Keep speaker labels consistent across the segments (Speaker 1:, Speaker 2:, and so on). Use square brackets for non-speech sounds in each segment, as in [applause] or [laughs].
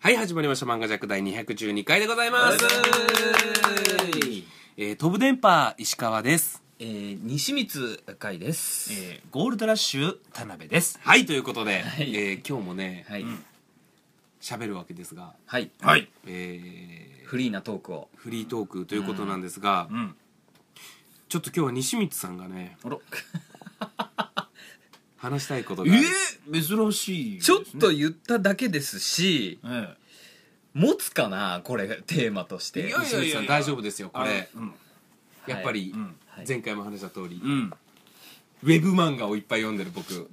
Speaker 1: はい、始まりました。漫画ジャック第212回でございます。えー、飛ぶ電波、石川です。
Speaker 2: えー、西光海です、
Speaker 3: えーゴールドラッシュ田辺です
Speaker 1: はい、ということで、
Speaker 2: はい
Speaker 1: えー今日もね、
Speaker 2: はい、
Speaker 1: 喋、るわけですが、
Speaker 2: はい、
Speaker 3: はい
Speaker 1: えー
Speaker 2: フリーなトークを
Speaker 1: フリートークということなんですが、
Speaker 3: うん
Speaker 1: ちょっと今日は西光さんがね、
Speaker 2: あら
Speaker 1: 話したいこと
Speaker 3: え
Speaker 1: がある。
Speaker 3: 珍しい
Speaker 2: ちょっと言っただけですし
Speaker 3: え
Speaker 2: 持つかなこれテーマとして
Speaker 3: いや
Speaker 1: 西光さん大丈夫ですよ、こ
Speaker 3: あ
Speaker 1: れ
Speaker 3: れ。うん
Speaker 1: やっぱり、
Speaker 3: うん
Speaker 2: はい
Speaker 1: 前回も話した通り、
Speaker 3: うん
Speaker 1: ウェブ漫画をいっぱい読んでる僕。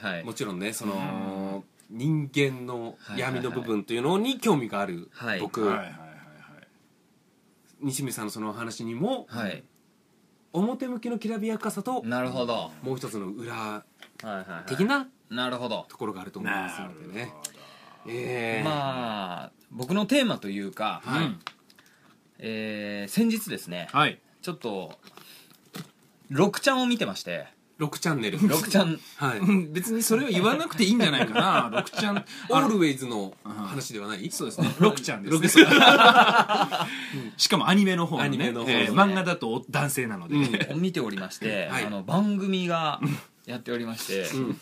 Speaker 2: [laughs] はい
Speaker 1: もちろんねその、人間の闇の
Speaker 2: はいはい
Speaker 1: 部
Speaker 2: は
Speaker 1: 分というのに興味がある
Speaker 2: はい
Speaker 1: 僕、
Speaker 3: はいはいはいはい
Speaker 1: 西見さんのそのお話にも
Speaker 2: はい
Speaker 1: 表向きのきらびやかさと
Speaker 2: なるほど、
Speaker 1: もう一つの裏
Speaker 2: はいはいはい
Speaker 1: 的な
Speaker 2: なるほど
Speaker 1: ところがあると思います
Speaker 3: なる
Speaker 1: のでね
Speaker 3: ほど
Speaker 1: えー、
Speaker 2: まあ僕のテーマというか、
Speaker 1: はい
Speaker 3: うん
Speaker 2: えー先日ですね、
Speaker 3: はい
Speaker 2: ちょっと6ちゃんを見てまして
Speaker 1: 6チャンネル
Speaker 2: 6ちゃん
Speaker 1: はい
Speaker 3: うん別にそれは言わなくていいんじゃないか [laughs] な六ちゃん
Speaker 1: オール
Speaker 3: ル
Speaker 1: ウェイズの話ではない
Speaker 3: そうですね六ちゃんですね
Speaker 1: 六ちゃん
Speaker 3: [laughs] しかもアニメの方のね
Speaker 1: アニメの方のね
Speaker 3: えー漫画だと男性なので、
Speaker 1: う
Speaker 2: を
Speaker 1: ん
Speaker 2: 見ておりまして、
Speaker 1: はい
Speaker 2: あの番組がやっておりまして、
Speaker 1: うん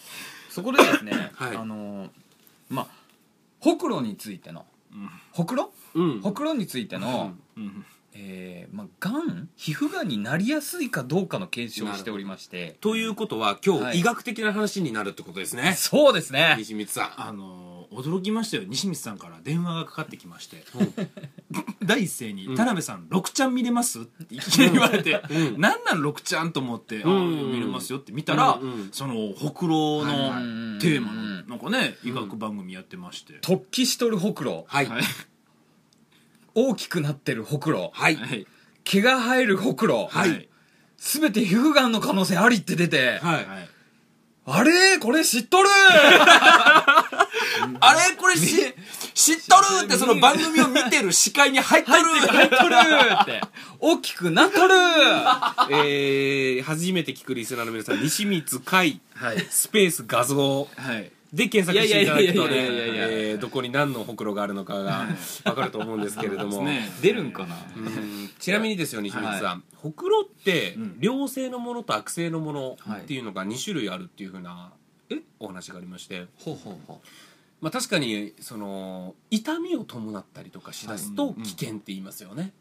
Speaker 2: そこでですね、
Speaker 1: はい
Speaker 2: あのまあほくろについてのほくろ
Speaker 1: うん
Speaker 2: ほくろについての、
Speaker 3: うん
Speaker 2: えーまあ、がん皮膚がんになりやすいかどうかの検証をしておりまして
Speaker 1: ということは今日、
Speaker 2: はい
Speaker 1: 医学的な話になるってことですね
Speaker 2: そうですね
Speaker 1: 西光さ
Speaker 3: あのー驚きましたよ西光さんから電話がかかってきまして
Speaker 1: んうん
Speaker 3: 第一声に
Speaker 1: うん
Speaker 3: 「田辺さん6ちゃん見れます?」っていきなり言われて
Speaker 1: う
Speaker 3: 「
Speaker 1: ん
Speaker 3: なんなん6ちゃん?」と思って「あ
Speaker 1: うん
Speaker 3: 見れますよ」って見たら
Speaker 1: うんうん
Speaker 3: そのほくろ
Speaker 1: はいは
Speaker 3: の
Speaker 2: い
Speaker 3: テーマ
Speaker 2: うんう
Speaker 3: の
Speaker 2: ん
Speaker 3: なんかね医学番組やってまして
Speaker 2: 突起しとるほくろ
Speaker 1: はい
Speaker 3: は
Speaker 1: はいい、
Speaker 2: 大きくなってるほくろ
Speaker 1: はい
Speaker 3: はい
Speaker 2: 毛が生えるほくろ、
Speaker 1: はい
Speaker 2: すべて皮膚がんの可能性ありって出て、
Speaker 3: はい
Speaker 2: あれこれ知っとる
Speaker 1: あれこれし知っとるってその番組を見てる視界に入っ
Speaker 3: [laughs]
Speaker 1: とる
Speaker 2: 知っとるって [laughs] 大きくなっとる
Speaker 1: えー、初めて聞くリスナーの皆さん、西光海、
Speaker 3: はい
Speaker 1: スペース画像
Speaker 3: はい
Speaker 1: で検索していただくとね
Speaker 2: いやいやいやいやいやいやいや
Speaker 1: えー、どこに何のほくろがあるのか
Speaker 2: [laughs]
Speaker 1: がわかると思うんですけれども。
Speaker 3: ね
Speaker 2: 出るんかな
Speaker 1: うんちなみにですよ西光さん、ほくろって
Speaker 3: ん
Speaker 1: 良性のものと悪性のもの
Speaker 2: はい
Speaker 1: っていうのが2種類あるっていうふうなお話がありまして、
Speaker 2: ほうほうほ
Speaker 1: まあ、確かにその痛みを伴ったりとかしだすと危険って言いますよね、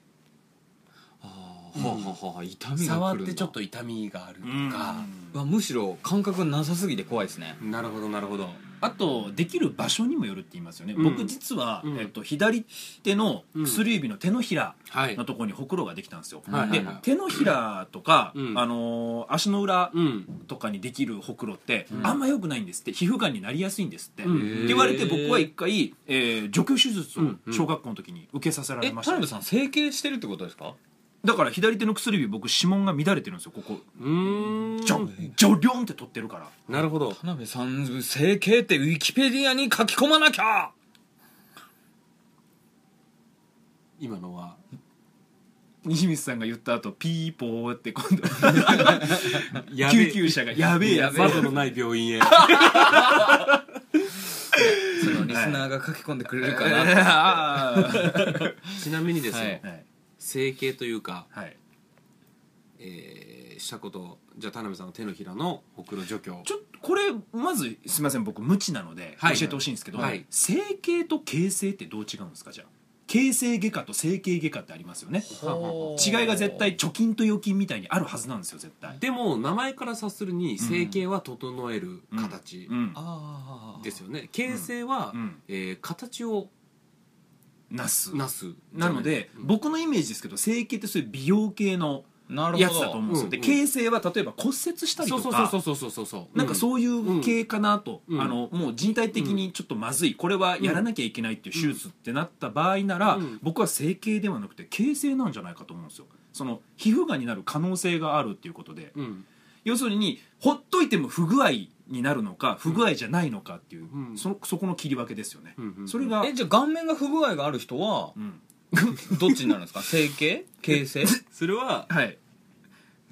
Speaker 2: うはあはあはあ痛みが来るんだ
Speaker 1: 触ってちょっと痛みがあるとか、
Speaker 2: うわむしろ感覚なさすぎて怖いですね
Speaker 1: なるほどなるほど
Speaker 3: あとできる場所にもよるって言いますよね
Speaker 1: うん
Speaker 3: 僕実は
Speaker 1: うん
Speaker 3: えっと左手の薬指の手のひら
Speaker 1: はい
Speaker 3: のところにほくろができたんですよ
Speaker 1: はい
Speaker 3: で手のひらとか
Speaker 1: うん
Speaker 3: あのー足の裏
Speaker 1: うん
Speaker 3: とかにできるほくろって、
Speaker 2: うん
Speaker 3: あんま良くないんですって皮膚がんになりやすいんですって、
Speaker 1: うん
Speaker 3: って言われて僕は一回、えー除去手術を
Speaker 1: うんうん
Speaker 3: 小学校の時に受けさせら
Speaker 2: え
Speaker 3: れ
Speaker 2: 田
Speaker 3: ました、
Speaker 2: 辺さん整形してるってことですか
Speaker 3: だから左手の薬指僕指紋が乱れてるんですよここ
Speaker 1: うーん
Speaker 3: ジョンジョリョンって取ってるから
Speaker 1: なるほど
Speaker 2: 田辺さん整形ってウィキペディアに書き込まなきゃ
Speaker 1: 今のは
Speaker 3: 西光さんが言った後ピーポーって今度
Speaker 1: 救
Speaker 3: 救
Speaker 1: 急
Speaker 3: 急車がやべえやべえ
Speaker 1: 窓のない病院へ
Speaker 2: そのリスナーが書き込んでくれるかな、
Speaker 1: [laughs] [laughs] ちなみにですね、
Speaker 2: はい
Speaker 3: [laughs] はい、
Speaker 1: 整形というか、
Speaker 3: はい、
Speaker 1: えーしたことじゃあ田辺さんの手のひらのほくろ除去
Speaker 3: ちょっとこれまずすみません僕無知なので
Speaker 1: はい
Speaker 3: 教えてほしいんですけど、
Speaker 1: はい
Speaker 3: 整形と形成ってどう違うんですかじゃあ形成外科と整形外科ってありますよね
Speaker 2: ほう
Speaker 3: 違いが絶対貯金と預金みたいにあるはずなんですよ絶対、
Speaker 1: でも名前から察するに整形は整える形
Speaker 3: うん
Speaker 2: ああ
Speaker 1: ですよね形成は、
Speaker 3: うん
Speaker 1: えー形を
Speaker 3: なす
Speaker 1: なす
Speaker 3: なので、
Speaker 1: うん
Speaker 3: 僕のイメージですけど整形ってそういう美容系の
Speaker 2: なる
Speaker 3: や
Speaker 2: ほ
Speaker 3: つだと思うん
Speaker 2: ど
Speaker 3: ですよ、
Speaker 1: うん
Speaker 3: で形成は例えば骨折したり
Speaker 1: そ
Speaker 3: と
Speaker 1: う
Speaker 3: か
Speaker 1: そうそうそうそうそうそう
Speaker 3: なんか
Speaker 1: う
Speaker 3: そういう系かなと、
Speaker 1: うん
Speaker 3: あのもう人体的にちょっとまずい、これはやらなきゃいけないっていう手術ってなった場合なら、
Speaker 1: うん
Speaker 3: 僕は整形ではなくて形成なんじゃないかと思うんですよその皮膚がんになる可能性があるっていうことで
Speaker 1: んうん
Speaker 3: 要するにほっといても不具合になるのか不具合じゃないのかっていう、
Speaker 1: うん
Speaker 3: そのそこの切り分けですよね、
Speaker 1: うんうん
Speaker 3: それが、
Speaker 2: えじゃあ顔面が不具合がある人は
Speaker 3: うん
Speaker 2: どっちになるんですか整形形成
Speaker 1: それは
Speaker 3: はい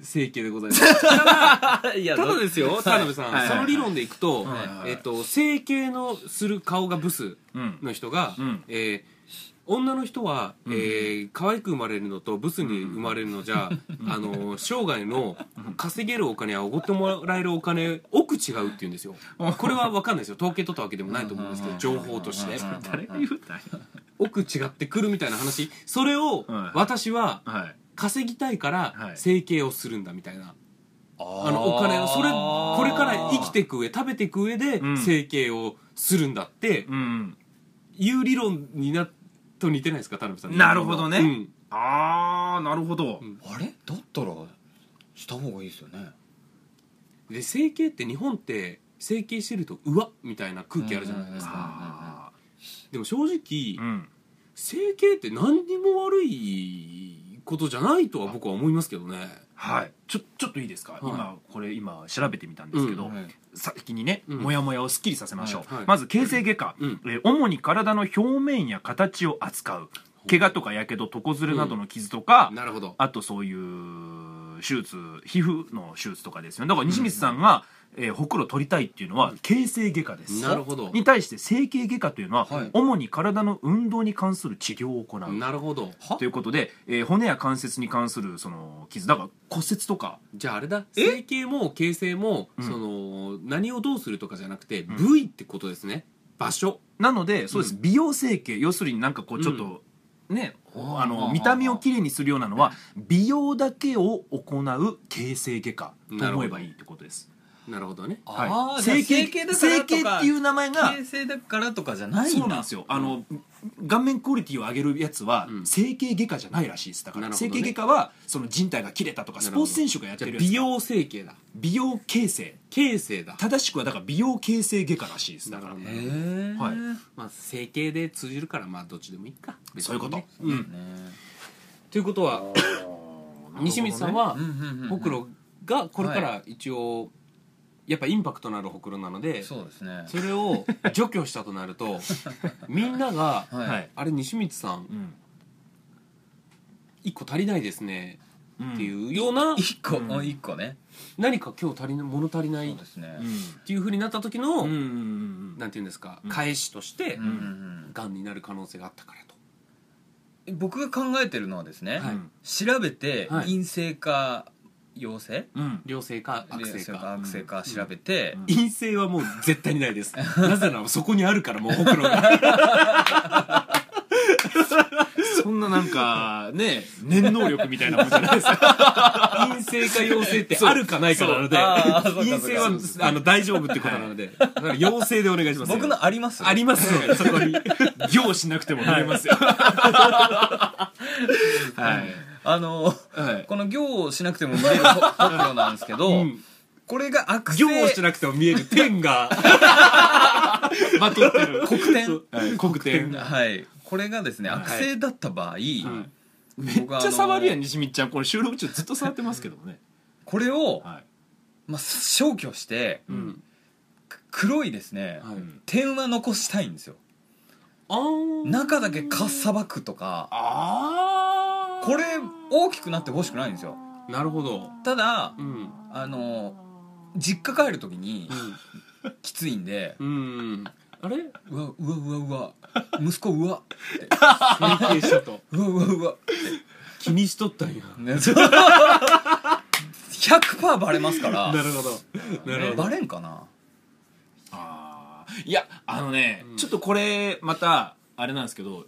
Speaker 1: 整形でございますただ
Speaker 2: いや
Speaker 1: ただですよ田辺さん、
Speaker 2: はいはい
Speaker 1: その理論でいくと、
Speaker 3: はい
Speaker 2: はい
Speaker 3: はい
Speaker 1: えっと、整形のする顔がブス
Speaker 3: うん
Speaker 1: の人が、
Speaker 3: うん
Speaker 1: えー女の人は、
Speaker 3: うん
Speaker 1: えー可愛く生まれるのとブスに生まれるのじゃ、 [laughs] あの生涯の稼げるお金やおごってもらえるお金億違うって言うんですよこれは分かんないですよ統計取ったわけでもないと思うんですけど情報とし
Speaker 2: う
Speaker 1: て
Speaker 2: ん
Speaker 3: 誰が言うたんや
Speaker 1: 億違ってくるみたいな話それを
Speaker 3: はい
Speaker 1: 私は
Speaker 3: はい
Speaker 1: 稼ぎたいか
Speaker 3: は
Speaker 1: ら
Speaker 3: い
Speaker 1: 整形をするんだみたいな
Speaker 2: あ
Speaker 1: あのお金をそれこれから生きて
Speaker 2: い
Speaker 1: いく上食べていく上で
Speaker 3: うん
Speaker 1: 整形をするんだって
Speaker 3: うん
Speaker 1: いう理論になと似てないですか田辺さん
Speaker 3: なるほどね
Speaker 1: うん
Speaker 3: ああなるほど
Speaker 1: うん
Speaker 2: あれだったらした方がいいですよね
Speaker 1: で整形って日本って整形してるとうわっみたいな空気あるじゃないですか、
Speaker 3: あ
Speaker 1: でも正
Speaker 3: ー
Speaker 1: 直、
Speaker 3: うん
Speaker 1: 整形って何にも悪いことじゃないとは僕は思いますけどね
Speaker 3: はいちょちょっといいですか、
Speaker 1: い
Speaker 3: 今これ今調べてみたんですけど、
Speaker 1: うん
Speaker 2: はい
Speaker 3: 先にね、
Speaker 1: うん
Speaker 3: モヤモヤをすっきりさせましょう、
Speaker 1: はいはい
Speaker 3: まず形成外科、
Speaker 1: うん
Speaker 3: えー主に体の表面や形を扱う怪我とかやけど床ずれなどの傷とか、
Speaker 1: なるほど
Speaker 3: あとそういう手術皮膚の手術とかですよねだから西光さんが、えーほくろ取りたいっていうのは形成外科です
Speaker 1: なるほど
Speaker 3: に対して整形外科というのは、
Speaker 2: はい
Speaker 3: 主に体の運動に関する治療を行う
Speaker 1: なるほど
Speaker 3: ということで、えー骨や関節に関するその傷だから骨折とか
Speaker 1: じゃああれだ整形も形成も、
Speaker 3: うん
Speaker 1: その何をどうするとかじゃなくて
Speaker 3: ん
Speaker 1: 部位ってことですね場所
Speaker 3: なのでそうです、
Speaker 1: うん
Speaker 3: 美容整形要するになんかこうちょっと、ね
Speaker 2: うん
Speaker 3: あの見た目をきれいにするようなのは美容だけを行う形成外科と思えばいいってことです、
Speaker 1: なるほどね
Speaker 2: あ
Speaker 3: は
Speaker 2: あ
Speaker 3: い、
Speaker 2: 整
Speaker 3: 整
Speaker 2: 形
Speaker 3: 形
Speaker 2: だからと
Speaker 3: 整
Speaker 2: か
Speaker 3: 形っていう名前が
Speaker 2: 形成だからとかじゃないん
Speaker 3: そう
Speaker 2: だ
Speaker 3: なんですよあの、顔面クオリティを上げるやつは、
Speaker 1: うん
Speaker 3: 整形外科じゃないらしいですだから、
Speaker 1: なるほど
Speaker 3: 整
Speaker 1: ね
Speaker 3: 形外科はその人体が切れたとか
Speaker 1: な
Speaker 3: ス
Speaker 1: るほど
Speaker 3: ポーツ選手がやっ
Speaker 1: じ
Speaker 3: て
Speaker 1: ゃあ
Speaker 3: るやつ
Speaker 1: 美容整形だ
Speaker 3: 美容形成
Speaker 1: 形成だ
Speaker 3: 正しくはだから美容形成外科らしいですだから
Speaker 1: なるほ
Speaker 2: へえ
Speaker 3: はい
Speaker 1: まあ整形で通じるからまあどっちでもいいか別
Speaker 3: そういう
Speaker 1: にね
Speaker 3: こと、
Speaker 2: ね
Speaker 1: うんということは西光さんはほくろがこれから一応やっぱインパクトのあるほくろなので
Speaker 2: そうですね
Speaker 1: それを除去したとなるとみんなが
Speaker 3: は、
Speaker 2: はい
Speaker 1: 「あれ西光さん
Speaker 3: うん
Speaker 1: 1個足りないですね」
Speaker 3: うん
Speaker 1: っていうような
Speaker 2: 一個
Speaker 3: うん
Speaker 2: うん一個ね
Speaker 1: 何か今日足りない物足りな
Speaker 2: そ
Speaker 1: いうっ
Speaker 2: ですね
Speaker 1: ていうふうになった時
Speaker 3: うんう
Speaker 1: の
Speaker 3: ん
Speaker 1: なんて言うんですか
Speaker 3: うん
Speaker 1: 返しとして
Speaker 2: うんうん
Speaker 1: がんになる可能性があったからと。
Speaker 2: うん僕が考えてるのはですね
Speaker 1: はい
Speaker 2: 調べて
Speaker 1: はい
Speaker 2: 陰性か陽性
Speaker 3: うん
Speaker 1: 良性か悪性か
Speaker 2: 悪性か調べて
Speaker 3: うん
Speaker 1: 陰性はもう絶対にないですなぜならそこにあるからもうほくろが
Speaker 3: そんななんかね念能力みたいなもんじゃないです
Speaker 1: [laughs]
Speaker 3: か
Speaker 1: 陰性か陽性ってあるかないかなの
Speaker 2: [laughs]
Speaker 1: で
Speaker 2: そうあーそうか
Speaker 1: 陰性
Speaker 2: そうか
Speaker 1: はあの大丈夫ってことなのでだから陽性でお願いします
Speaker 2: 僕のあります
Speaker 1: ありますのでそこに
Speaker 3: 行しなくても見えますよはい
Speaker 2: あの
Speaker 3: はい
Speaker 2: この行をしなくても見れるほほくろなんですけど
Speaker 1: ん
Speaker 2: これが悪性
Speaker 1: 行をしなくても見える点
Speaker 2: [laughs]
Speaker 1: が
Speaker 3: まとってる
Speaker 2: 黒点
Speaker 1: はい黒点
Speaker 2: はいこれがですね悪性だった場合
Speaker 1: ん
Speaker 3: めっ
Speaker 2: 僕はあ
Speaker 3: ち
Speaker 2: の
Speaker 3: ゃ触るやん西光ちゃんこれ収録中ずっと触ってますけどもね
Speaker 2: これを
Speaker 3: はい
Speaker 2: まあ消去して
Speaker 1: うん
Speaker 2: く黒いですね
Speaker 1: はい
Speaker 3: うん
Speaker 2: 点は残したいんですよ
Speaker 1: あー
Speaker 2: 中だけかっさばくとか
Speaker 3: あ
Speaker 2: これ大きくなってほしくないんですよ
Speaker 1: なるほど
Speaker 2: ただ
Speaker 1: うん
Speaker 2: あの実家帰る時にきついんで
Speaker 1: うんあれ
Speaker 2: うわうわうわ
Speaker 1: [laughs]
Speaker 2: うわ息子うわ
Speaker 1: 整形したと
Speaker 2: うわうわ
Speaker 1: [laughs]
Speaker 2: うわ
Speaker 1: 気にしとったんや
Speaker 2: ね [laughs] 100%バレますから
Speaker 1: なるほどなるほど
Speaker 2: バレんかな
Speaker 3: あーいやあのね、
Speaker 1: うん
Speaker 3: ちょっとこれまたあれなんですけど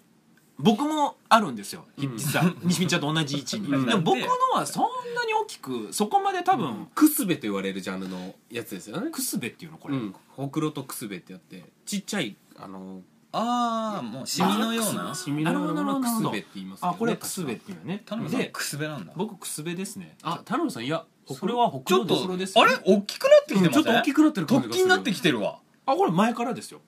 Speaker 3: 僕もあるんですよ
Speaker 1: うん
Speaker 3: 実は、西見ちゃんと同じ位置に、
Speaker 1: うん
Speaker 3: でも僕のはそんなに大きくそこまで多分、
Speaker 1: くすべと言われるジャンルのやつですよね
Speaker 3: くすべっていうのこ
Speaker 1: う
Speaker 3: れ、
Speaker 1: ん、ほくろとくすべってやってちっちゃいあの
Speaker 2: ああもうシミのよう
Speaker 3: あ
Speaker 2: な
Speaker 1: シミのようなものをく
Speaker 3: なるほ
Speaker 1: す
Speaker 3: ど
Speaker 1: べって言いますけど
Speaker 3: あ
Speaker 1: ね
Speaker 3: これはくすべっていうのね
Speaker 2: 田辺さん
Speaker 3: で
Speaker 2: くすべなんだ
Speaker 3: 僕くすべですね
Speaker 1: あ田辺さんいやほくろはほく
Speaker 2: ちょ
Speaker 1: ろ
Speaker 2: っ
Speaker 1: で
Speaker 2: と
Speaker 1: す
Speaker 2: あれ大きくなってき
Speaker 1: う
Speaker 2: て
Speaker 1: ん
Speaker 2: ま
Speaker 1: ちょ
Speaker 2: せ
Speaker 1: っと大き
Speaker 2: ん
Speaker 1: くなってる感じ
Speaker 2: 突
Speaker 1: がす
Speaker 2: 起
Speaker 1: る
Speaker 2: になってきてるわ
Speaker 3: あこれ前からですよ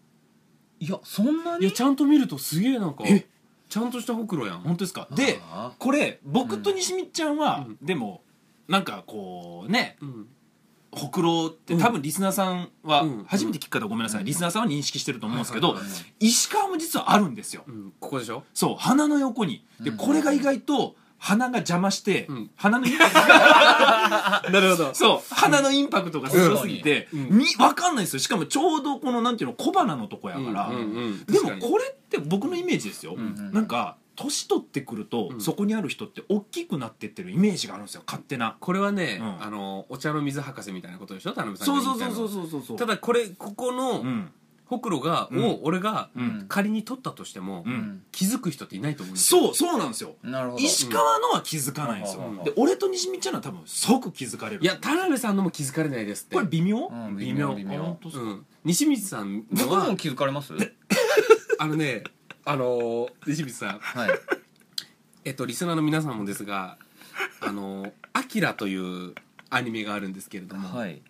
Speaker 2: いやそんない
Speaker 1: や
Speaker 2: に
Speaker 1: ちゃんと見るとすげえなんか
Speaker 3: え
Speaker 1: ちゃんとしたほくろやん
Speaker 3: 本当ですかで
Speaker 2: あ
Speaker 3: これ僕と西見ちゃんは、
Speaker 1: うん
Speaker 3: でもなんかこうね
Speaker 1: うん
Speaker 3: ほくろって、
Speaker 1: うん
Speaker 3: 多分リスナーさんは、
Speaker 1: うん
Speaker 3: 初めて聞く方はごめんなさい、
Speaker 2: うん
Speaker 3: リスナーさんは認識してると思うんですけ
Speaker 1: は
Speaker 3: ど
Speaker 1: いはいは
Speaker 3: 石川も実はあるんですよ
Speaker 1: うんここでしょ
Speaker 3: そう鼻の横にで
Speaker 2: うん
Speaker 3: これが意外と鼻が邪魔して、
Speaker 1: うん
Speaker 3: 鼻のインパクトが
Speaker 1: なるほど
Speaker 3: そう鼻のインパクトが強すぎて、
Speaker 1: うん
Speaker 3: み分かんないですよしかもちょうどこのなんていうの小鼻のとこやから、
Speaker 1: うんうんうん
Speaker 3: で
Speaker 1: 確
Speaker 3: も
Speaker 1: かに
Speaker 3: これって僕のイメージですよ、
Speaker 2: んうん
Speaker 3: なんか年取ってくると、
Speaker 1: うん
Speaker 3: そこにある人って大きくなってってるイメージがあるんですよ勝手な、
Speaker 1: これはね、
Speaker 3: うん
Speaker 1: あのお茶の水博士みたいなことでしょ田辺さん
Speaker 3: そう
Speaker 1: が言
Speaker 3: そう
Speaker 1: いたい
Speaker 3: そう
Speaker 1: の
Speaker 3: そうそうそうそう
Speaker 1: ただこれここ
Speaker 3: う
Speaker 1: の
Speaker 3: ん
Speaker 1: ほくろが、
Speaker 3: うん
Speaker 1: を俺が
Speaker 3: うん
Speaker 1: 仮に取ったとしても、
Speaker 3: うん
Speaker 2: うん
Speaker 1: 気づく人っていないと思うんですよ
Speaker 3: そうそうなんですよ
Speaker 2: なるほど
Speaker 3: 石川のは気づかないんですよ、
Speaker 2: うん
Speaker 3: で俺と西見ちゃんのは多分即気づかれる
Speaker 1: いや田辺さんのも気づかれないですって
Speaker 3: これ微妙、
Speaker 2: うん
Speaker 3: 微妙
Speaker 2: 微妙微妙
Speaker 3: あ本当っすか
Speaker 1: うん、西光さんの
Speaker 2: 僕
Speaker 1: は
Speaker 2: も気づかれますはい
Speaker 1: あのねあの西光さんえっとリスナーの皆さんもですがあの「アキラというアニメがあるんですけれども、
Speaker 2: はい